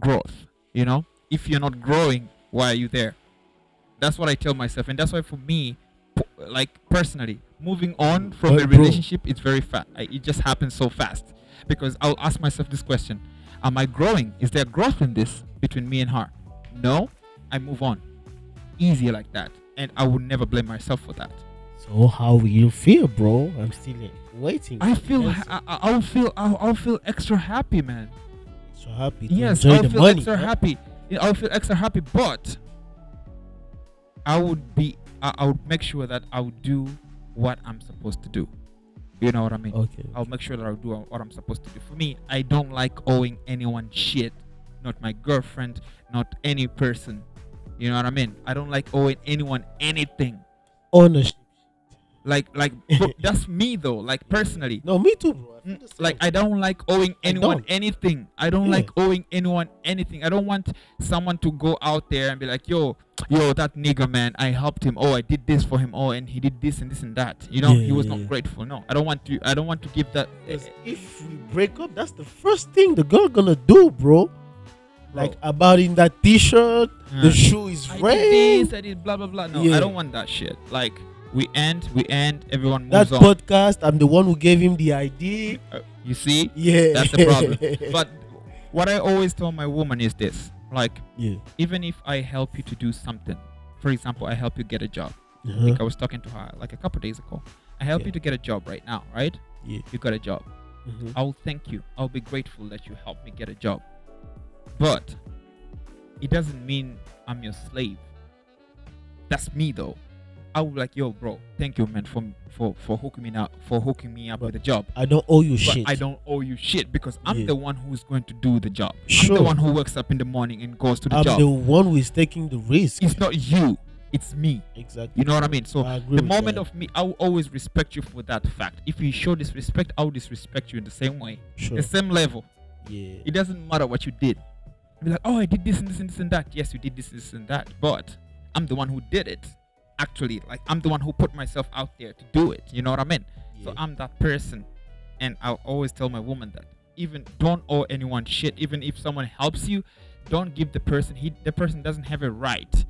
[SPEAKER 1] growth. You know, if you're not growing, why are you there? That's what I tell myself, and that's why for me, p- like personally, moving on from
[SPEAKER 2] But
[SPEAKER 1] a
[SPEAKER 2] bro-
[SPEAKER 1] relationship, it's very fast. It just happens so fast because I'll ask myself this question: Am I growing? Is there growth in this between me and her? No, I move on, easy like that, and I would never blame myself for that.
[SPEAKER 2] So how will you feel, bro? I'm still uh, waiting.
[SPEAKER 1] I
[SPEAKER 2] for the
[SPEAKER 1] feel,
[SPEAKER 2] answer.
[SPEAKER 1] I, I- I'll feel, I'll, I'll feel extra happy, man.
[SPEAKER 2] so happy. To
[SPEAKER 1] yes,
[SPEAKER 2] enjoy
[SPEAKER 1] I'll
[SPEAKER 2] the
[SPEAKER 1] feel
[SPEAKER 2] money.
[SPEAKER 1] extra
[SPEAKER 2] huh?
[SPEAKER 1] happy. Yeah, I'll feel extra happy, but I would be, I, I would make sure that I would do what I'm supposed to do. You know what I mean?
[SPEAKER 2] Okay.
[SPEAKER 1] I'll make sure that I'll do what I'm supposed to do. For me, I don't like owing anyone shit. Not my girlfriend, not any person. You know what I mean? I don't like owing anyone anything.
[SPEAKER 2] Honest.
[SPEAKER 1] Like, like bro, that's me though. Like personally,
[SPEAKER 2] No, me too, bro. I feel
[SPEAKER 1] Mm,
[SPEAKER 2] the same.
[SPEAKER 1] like I don't like owing
[SPEAKER 2] I
[SPEAKER 1] anyone
[SPEAKER 2] don't.
[SPEAKER 1] anything. I don't
[SPEAKER 2] Yeah.
[SPEAKER 1] like owing anyone anything. I don't want someone to go out there and be like, "Yo, yo, that nigga man, I helped him. Oh, I did this for him. Oh, and he did this and this and that. You know,
[SPEAKER 2] Yeah,
[SPEAKER 1] he was
[SPEAKER 2] yeah,
[SPEAKER 1] not
[SPEAKER 2] yeah.
[SPEAKER 1] grateful. No, I don't want to. I don't want to give that. eh,
[SPEAKER 2] Because if we break up, that's the first thing the girl gonna do, bro. Like about in that T-shirt,
[SPEAKER 1] eh,
[SPEAKER 2] the shoe is
[SPEAKER 1] Oh. I did
[SPEAKER 2] red.
[SPEAKER 1] this, I did blah blah blah. No,
[SPEAKER 2] Yeah.
[SPEAKER 1] I don't want that shit. Like we end, we end. Everyone
[SPEAKER 2] That
[SPEAKER 1] moves on.
[SPEAKER 2] podcast, I'm the one who gave him the ID.
[SPEAKER 1] Uh, you see,
[SPEAKER 2] Yeah,
[SPEAKER 1] that's the problem. but what I always tell my woman is this: like,
[SPEAKER 2] yeah,
[SPEAKER 1] even if I help you to do something, for example, I help you get a job.
[SPEAKER 2] uh-huh.
[SPEAKER 1] I was talking to her like a couple days ago. I help
[SPEAKER 2] Yeah.
[SPEAKER 1] you to get a job right now, right?
[SPEAKER 2] yeah.
[SPEAKER 1] You got a job.
[SPEAKER 2] mhm.
[SPEAKER 1] I'll thank you. I'll be grateful that you helped me get a job. But it doesn't mean I'm your slave. That's me though. I would be like, yo, bro, thank you, man, for for for hooking me up for hooking me up
[SPEAKER 2] But
[SPEAKER 1] with a job.
[SPEAKER 2] I don't owe you
[SPEAKER 1] But
[SPEAKER 2] shit.
[SPEAKER 1] I don't owe you shit because I'm
[SPEAKER 2] Yeah.
[SPEAKER 1] the one who's going to do the job. I'm
[SPEAKER 2] Sure.
[SPEAKER 1] the one who wakes up in the morning and goes to the
[SPEAKER 2] I'm
[SPEAKER 1] job.
[SPEAKER 2] the one who is taking the risk.
[SPEAKER 1] it's not you, it's me.
[SPEAKER 2] exactly.
[SPEAKER 1] You know what I mean? So
[SPEAKER 2] I agree
[SPEAKER 1] the
[SPEAKER 2] with
[SPEAKER 1] moment
[SPEAKER 2] that.
[SPEAKER 1] of me, I will always respect you for that fact. If you show disrespect, I will disrespect you in the same way,
[SPEAKER 2] sure.
[SPEAKER 1] the same level.
[SPEAKER 2] Yeah.
[SPEAKER 1] It doesn't matter what you did. Be like, oh, I did this and this and this and that. Yes, you did this and this and that, but I'm the one who did it. Actually, like I'm the one who put myself out there to do it. You know what I mean? So
[SPEAKER 2] yeah.
[SPEAKER 1] I'm that person, and I'll always tell my woman that even don't owe anyone shit. Even if someone helps you, don't give the person he the person doesn't have a right,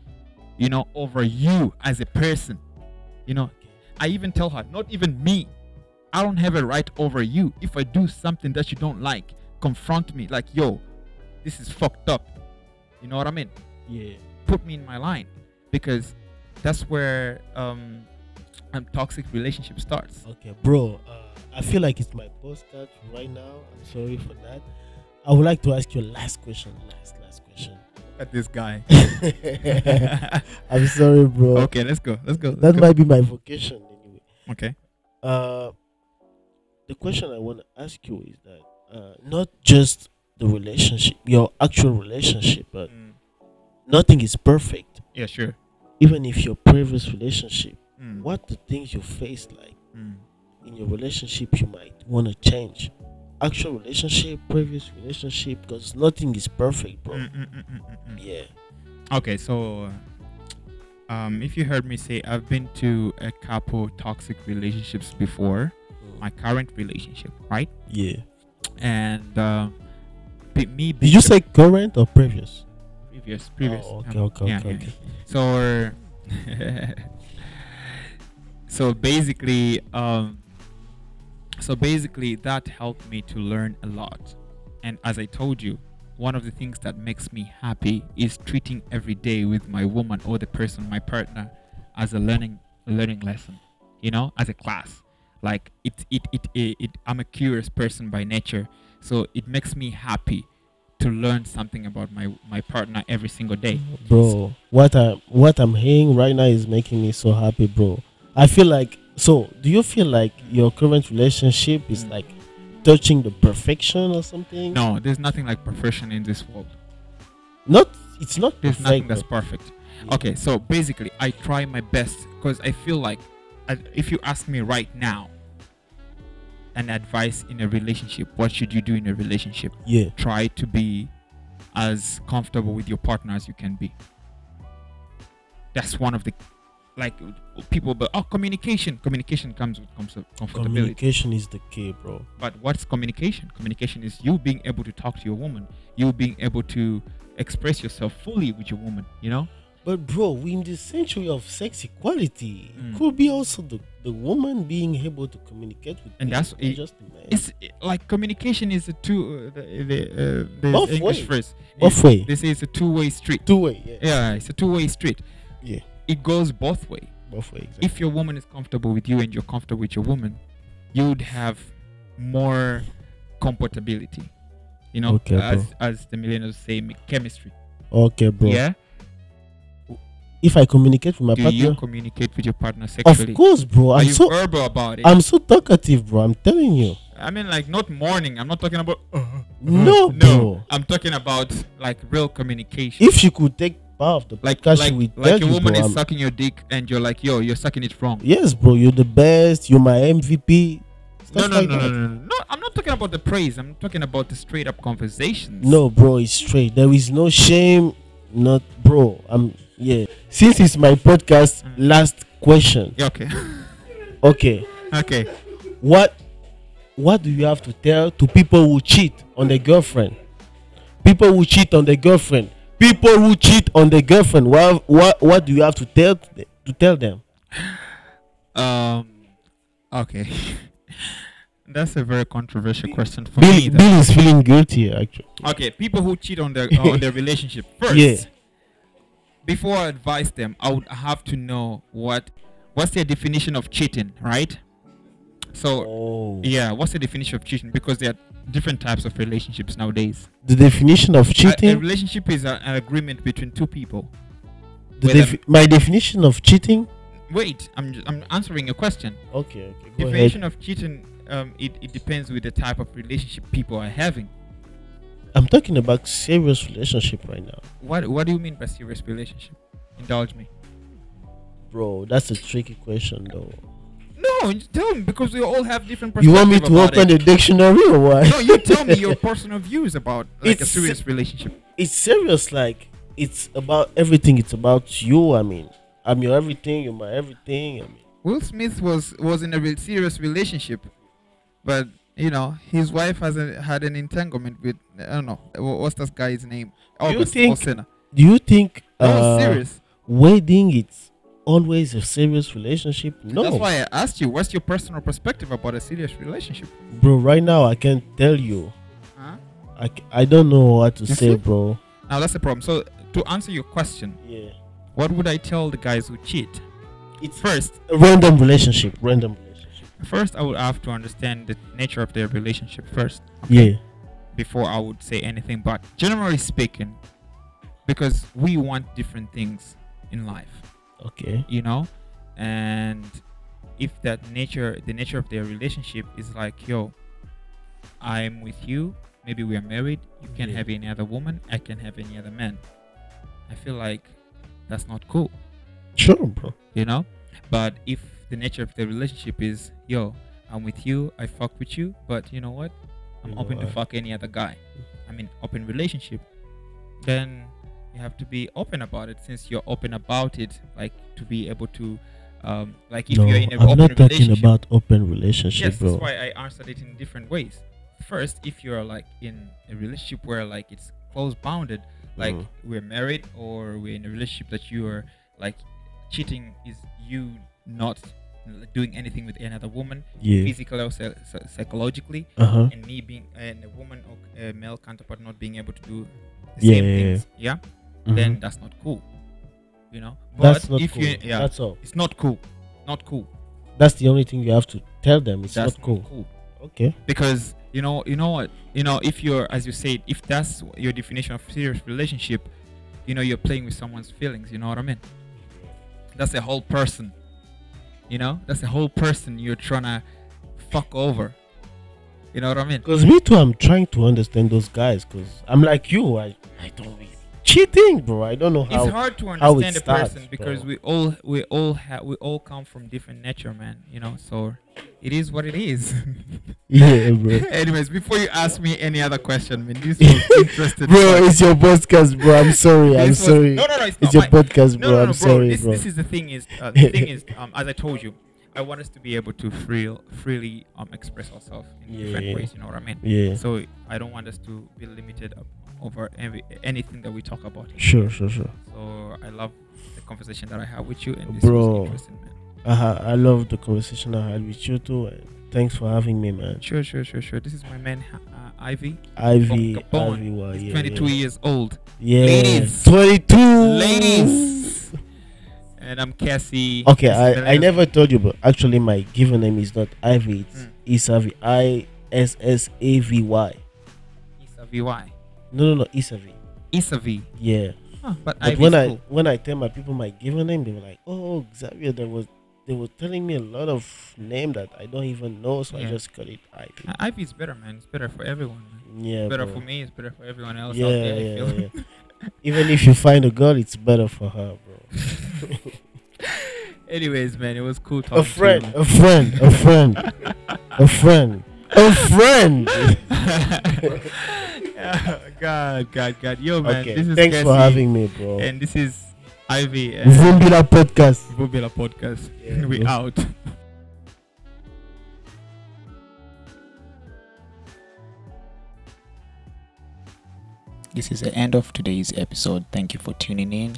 [SPEAKER 1] you know, over you as a person. You know, I even tell her, not even me. I don't have a right over you. If I do something that you don't like, confront me like, yo, this is fucked up. You know what I mean?
[SPEAKER 2] yeah.
[SPEAKER 1] put me in my line because that's where um, um toxic relationship starts.
[SPEAKER 2] Okay, bro. Uh, I feel like it's my postcard right now. I'm sorry for that. I would like to ask you a last question. Last, last question.
[SPEAKER 1] At this guy.
[SPEAKER 2] I'm sorry, bro.
[SPEAKER 1] okay, let's go. Let's go.
[SPEAKER 2] That might be my vocation anyway.
[SPEAKER 1] okay.
[SPEAKER 2] Uh, the question I want to ask you is that uh, not just the relationship, your actual relationship, but
[SPEAKER 1] Mm.
[SPEAKER 2] nothing is perfect.
[SPEAKER 1] Yeah, sure.
[SPEAKER 2] Even if your previous relationship,
[SPEAKER 1] Mm.
[SPEAKER 2] what the things you face like
[SPEAKER 1] Mm.
[SPEAKER 2] in your relationship you might want to change. Actual relationship, previous relationship, because nothing is perfect, bro.
[SPEAKER 1] Mm, mm, mm, mm, mm,
[SPEAKER 2] Yeah.
[SPEAKER 1] mm. Okay, so uh, um, if you heard me say, I've been to a couple toxic relationships before, my current relationship, right?
[SPEAKER 2] Yeah.
[SPEAKER 1] And um, be- me
[SPEAKER 2] Did
[SPEAKER 1] being
[SPEAKER 2] you
[SPEAKER 1] the
[SPEAKER 2] say current or previous?
[SPEAKER 1] previous, previous?
[SPEAKER 2] Oh, okay,
[SPEAKER 1] um,
[SPEAKER 2] okay,
[SPEAKER 1] yeah,
[SPEAKER 2] okay,
[SPEAKER 1] yeah,
[SPEAKER 2] okay.
[SPEAKER 1] so so basically um so basically that helped me to learn a lot and as i told you one of the things that makes me happy is treating every day with my woman or the person my partner as a learning a learning lesson you know as a class like it it, it it it i'm a curious person by nature so it makes me happy to learn something about my my partner every single day
[SPEAKER 2] Bro, what I what I'm hearing right now is making me so happy, bro. I feel like so. Do you feel like your current relationship is
[SPEAKER 1] Mm.
[SPEAKER 2] like touching the perfection or something?
[SPEAKER 1] No, there's nothing like perfection in this world.
[SPEAKER 2] Not. It's not
[SPEAKER 1] There's nothing
[SPEAKER 2] perfect.
[SPEAKER 1] that's
[SPEAKER 2] but-
[SPEAKER 1] perfect.
[SPEAKER 2] Yeah.
[SPEAKER 1] Okay, so basically, I try my best because I feel like I- if you ask me right now an advice in a relationship, what should you do in a relationship?
[SPEAKER 2] Yeah.
[SPEAKER 1] Try to be as comfortable with your partner as you can be. That's one of the like people, but oh, communication. Communication comes with comfort- comfortability.
[SPEAKER 2] Communication is the key, bro.
[SPEAKER 1] But what's communication? Communication is you being able to talk to your woman, you being able to express yourself fully with your woman, you know?
[SPEAKER 2] But bro, we in the century of sex equality,
[SPEAKER 1] Mm.
[SPEAKER 2] it could be also the, the woman being able to communicate with
[SPEAKER 1] And
[SPEAKER 2] men,
[SPEAKER 1] that's-
[SPEAKER 2] not
[SPEAKER 1] it-
[SPEAKER 2] just the man.
[SPEAKER 1] It's eh, like communication is a two, uh, the, the, uh, the
[SPEAKER 2] Both
[SPEAKER 1] English
[SPEAKER 2] way.
[SPEAKER 1] phrase.
[SPEAKER 2] Both way.
[SPEAKER 1] They say it's a two way street.
[SPEAKER 2] two way, yeah.
[SPEAKER 1] Yeah, it's a two way street.
[SPEAKER 2] Yeah.
[SPEAKER 1] It goes both way.
[SPEAKER 2] Both way, exactly.
[SPEAKER 1] If your woman is comfortable with you and you're comfortable with your woman, you'd have more compatibility. You know,
[SPEAKER 2] Okay, bro.
[SPEAKER 1] as, as the millennials say, chemistry.
[SPEAKER 2] okay, bro.
[SPEAKER 1] Yeah.
[SPEAKER 2] if I communicate with my
[SPEAKER 1] Do you
[SPEAKER 2] partner,
[SPEAKER 1] communicate with your partner sexually?
[SPEAKER 2] of course, bro.
[SPEAKER 1] Are
[SPEAKER 2] I'm
[SPEAKER 1] you
[SPEAKER 2] so
[SPEAKER 1] verbal about it?
[SPEAKER 2] I'm so talkative, bro. I'm telling you.
[SPEAKER 1] I mean, like not morning. I'm not talking about.
[SPEAKER 2] No, bro.
[SPEAKER 1] Mm-hmm. no. I'm talking about like real communication.
[SPEAKER 2] If she could take part of the
[SPEAKER 1] like
[SPEAKER 2] podcast,
[SPEAKER 1] like,
[SPEAKER 2] she would
[SPEAKER 1] like
[SPEAKER 2] tell
[SPEAKER 1] a
[SPEAKER 2] you,
[SPEAKER 1] woman is
[SPEAKER 2] bro, I'm-
[SPEAKER 1] sucking your dick and you're like, yo, you're sucking it wrong.
[SPEAKER 2] yes, bro, you're the best. You're my MVP.
[SPEAKER 1] No,
[SPEAKER 2] Stuff
[SPEAKER 1] no,
[SPEAKER 2] like
[SPEAKER 1] no, no,
[SPEAKER 2] that.
[SPEAKER 1] no, no, no. I'm not talking about the praise. I'm talking about the straight up conversations.
[SPEAKER 2] No, bro, it's straight. There is no shame. Not, bro. I'm yeah. Since it's my podcast,
[SPEAKER 1] Mm.
[SPEAKER 2] last question.
[SPEAKER 1] Yeah, okay.
[SPEAKER 2] Okay,
[SPEAKER 1] okay.
[SPEAKER 2] what what do you have to tell to people who cheat on their girlfriend? People who cheat on their girlfriend. People who cheat on their girlfriend. What what what do you have to tell to the- to tell them?
[SPEAKER 1] Um. Okay. That's a very controversial question for
[SPEAKER 2] Bill,
[SPEAKER 1] me. though.
[SPEAKER 2] Bill is feeling guilty actually.
[SPEAKER 1] Okay, people who cheat on their on their relationship first.
[SPEAKER 2] Yeah.
[SPEAKER 1] Before I advise them, I would have to know what what's their definition of cheating, right? So
[SPEAKER 2] Oh.
[SPEAKER 1] yeah, what's the definition of cheating? Because there are different types of relationships nowadays.
[SPEAKER 2] The definition of
[SPEAKER 1] A- A,
[SPEAKER 2] cheating.
[SPEAKER 1] relationship is a- an agreement between two people.
[SPEAKER 2] the
[SPEAKER 1] whether-
[SPEAKER 2] defi- my definition of cheating.
[SPEAKER 1] Wait, I'm ju- I'm answering your question.
[SPEAKER 2] Okay. okay go ahead.
[SPEAKER 1] definition of cheating, um, it, it depends with the type of relationship people are having.
[SPEAKER 2] I'm talking about serious relationship right now,
[SPEAKER 1] What what do you mean by serious relationship? Indulge me.
[SPEAKER 2] bro. That's a tricky question, though.
[SPEAKER 1] No, you tell me because we all have different
[SPEAKER 2] You
[SPEAKER 1] perspectives.
[SPEAKER 2] want me to open the dictionary or what?
[SPEAKER 1] No, you tell me your personal views about like a
[SPEAKER 2] It's-
[SPEAKER 1] serious relationship.
[SPEAKER 2] it's serious. Like it's about everything. It's about you. I mean, I'm your everything. You're my everything. I mean,
[SPEAKER 1] Will Smith was was in a real serious relationship, but you know his wife hasn't had an entanglement with I don't know wha- what's that guy's name. August
[SPEAKER 2] think-
[SPEAKER 1] Osena.
[SPEAKER 2] do you think
[SPEAKER 1] No,
[SPEAKER 2] uh,
[SPEAKER 1] serious.
[SPEAKER 2] wedding it's always a serious relationship? No,
[SPEAKER 1] That's why I asked you. What's your personal perspective about a serious relationship?
[SPEAKER 2] bro. Right now, I can't tell you.
[SPEAKER 1] Huh?
[SPEAKER 2] I, c- I don't know what to
[SPEAKER 1] You
[SPEAKER 2] say,
[SPEAKER 1] see?
[SPEAKER 2] bro.
[SPEAKER 1] Now that's the problem. So to answer your question,
[SPEAKER 2] Yeah,
[SPEAKER 1] what would I tell the guys who cheat?
[SPEAKER 2] it's
[SPEAKER 1] First,
[SPEAKER 2] a random relationship. Random relationship.
[SPEAKER 1] First, I would have to understand the nature of their relationship first
[SPEAKER 2] Yeah.
[SPEAKER 1] before I would say anything. But generally speaking, because we want different things in life,
[SPEAKER 2] Okay.
[SPEAKER 1] you know, and if that nature, the nature of their relationship is like, yo, I'm with you. Maybe we are married. You can
[SPEAKER 2] Yeah.
[SPEAKER 1] have any other woman. I can have any other man. I feel like that's not cool
[SPEAKER 2] Sure, bro.
[SPEAKER 1] you know but if the nature of the relationship is yo i'm with you i fuck with you but you know what i'm
[SPEAKER 2] You know
[SPEAKER 1] open to
[SPEAKER 2] what?
[SPEAKER 1] fuck any other guy i mean open relationship then you have to be open about it since you're open about it like to be able to um like if
[SPEAKER 2] no,
[SPEAKER 1] you're in an
[SPEAKER 2] I'm
[SPEAKER 1] open
[SPEAKER 2] not talking
[SPEAKER 1] relationship
[SPEAKER 2] about open relationship,
[SPEAKER 1] yes
[SPEAKER 2] bro.
[SPEAKER 1] that's why i answered it in different ways first if you're like in a relationship where like it's close bounded like
[SPEAKER 2] Mhm.
[SPEAKER 1] we're married or we're in a relationship that you are like cheating is you not doing anything with another woman
[SPEAKER 2] yeah.
[SPEAKER 1] physically or psy- psy- psychologically
[SPEAKER 2] Uh huh.
[SPEAKER 1] and me being and a woman or a male counterpart not being able to do the
[SPEAKER 2] Yeah,
[SPEAKER 1] same
[SPEAKER 2] yeah, Mm-hmm.
[SPEAKER 1] things yeah, then that's not cool you know but
[SPEAKER 2] that's not
[SPEAKER 1] if
[SPEAKER 2] cool.
[SPEAKER 1] you yeah
[SPEAKER 2] That's all.
[SPEAKER 1] it's not cool not cool
[SPEAKER 2] That's the only thing you have to tell them. It's
[SPEAKER 1] that's
[SPEAKER 2] not cool.
[SPEAKER 1] cool
[SPEAKER 2] Okay.
[SPEAKER 1] because you know you know what you know if you're as you said if that's your definition of serious relationship you know you're playing with someone's feelings you know what i mean that's a whole person you know that's a whole person you're trying to fuck over you know what i mean
[SPEAKER 2] Because me too, I'm trying to understand those guys. Because I'm like you. I, I don't really cheating, bro. I don't know how.
[SPEAKER 1] it's hard to
[SPEAKER 2] how it
[SPEAKER 1] understand a
[SPEAKER 2] starts,
[SPEAKER 1] person because
[SPEAKER 2] bro.
[SPEAKER 1] we all we all have we all come from different nature man you know so it is what it is
[SPEAKER 2] Yeah, bro.
[SPEAKER 1] anyways before you ask me any other question man this was interesting
[SPEAKER 2] bro, it's your podcast, bro. I'm sorry. I'm
[SPEAKER 1] This was-
[SPEAKER 2] sorry.
[SPEAKER 1] No, no, no, it's,
[SPEAKER 2] it's
[SPEAKER 1] not
[SPEAKER 2] your
[SPEAKER 1] mine.
[SPEAKER 2] podcast,
[SPEAKER 1] No,
[SPEAKER 2] bro.
[SPEAKER 1] no, no,
[SPEAKER 2] I'm
[SPEAKER 1] bro.
[SPEAKER 2] sorry,
[SPEAKER 1] this,
[SPEAKER 2] bro.
[SPEAKER 1] this is the thing is, uh, the thing is, um, as I told you, I want us to be able to free, freely um, express ourselves in
[SPEAKER 2] Yeah,
[SPEAKER 1] different
[SPEAKER 2] yeah.
[SPEAKER 1] ways. You know what I mean?
[SPEAKER 2] yeah.
[SPEAKER 1] So I don't want us to be limited up over every, anything that we talk about. here.
[SPEAKER 2] Sure, sure, sure.
[SPEAKER 1] So I love the conversation that I had with you, and this
[SPEAKER 2] Bro.
[SPEAKER 1] was interesting, man.
[SPEAKER 2] Uh-huh. I love the conversation I had with you too. And thanks for having me, man.
[SPEAKER 1] Sure, sure, sure, sure. This is my man, uh, Ivy.
[SPEAKER 2] Ivy,
[SPEAKER 1] Capone.
[SPEAKER 2] Ivy, well,
[SPEAKER 1] He's
[SPEAKER 2] yeah,
[SPEAKER 1] 22
[SPEAKER 2] yeah.
[SPEAKER 1] years old.
[SPEAKER 2] Yeah.
[SPEAKER 1] Ladies.
[SPEAKER 2] 22.
[SPEAKER 1] Ladies. And I'm Cassie.
[SPEAKER 2] Okay,
[SPEAKER 1] This is the
[SPEAKER 2] I, I
[SPEAKER 1] latest-
[SPEAKER 2] never told you, but actually my given name is not Ivy. It's
[SPEAKER 1] Mm.
[SPEAKER 2] Isavi. I S S A V Y.
[SPEAKER 1] Issa VY.
[SPEAKER 2] No, no, no, Isavi.
[SPEAKER 1] Issa V.
[SPEAKER 2] Yeah.
[SPEAKER 1] Ah, but
[SPEAKER 2] But
[SPEAKER 1] Ivy's
[SPEAKER 2] when I
[SPEAKER 1] cool.
[SPEAKER 2] when I tell my people my given name, they were like, "Oh, Xavier." There was they were telling me a lot of name that I don't even know, so I
[SPEAKER 1] Yeah.
[SPEAKER 2] just call it Ivy.
[SPEAKER 1] Uh, Ivy is better, man. It's better for everyone. Man.
[SPEAKER 2] yeah,
[SPEAKER 1] It's better
[SPEAKER 2] bro.
[SPEAKER 1] for me. It's better for everyone else
[SPEAKER 2] Yeah,
[SPEAKER 1] out there. I
[SPEAKER 2] yeah,
[SPEAKER 1] feel.
[SPEAKER 2] yeah. even if you find a girl, it's better for her, bro.
[SPEAKER 1] Anyways, man, it was cool talking
[SPEAKER 2] A friend,
[SPEAKER 1] to you.
[SPEAKER 2] a friend, a friend, a friend, a friend.
[SPEAKER 1] Yeah, God, God, God. Yo, man,
[SPEAKER 2] okay,
[SPEAKER 1] this is
[SPEAKER 2] thanks for
[SPEAKER 1] Kessie,
[SPEAKER 2] having me, bro.
[SPEAKER 1] And uh, this is Ivy and
[SPEAKER 2] Zumbila podcast.
[SPEAKER 1] Vubila Podcast.
[SPEAKER 2] Yeah.
[SPEAKER 1] we out.
[SPEAKER 3] This is the end of today's episode. Thank you for tuning in.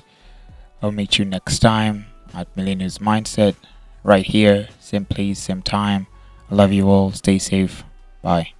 [SPEAKER 3] I'll meet you next time at Millennials Mindset, right here, same place, same time. I love you all. Stay safe. Bye.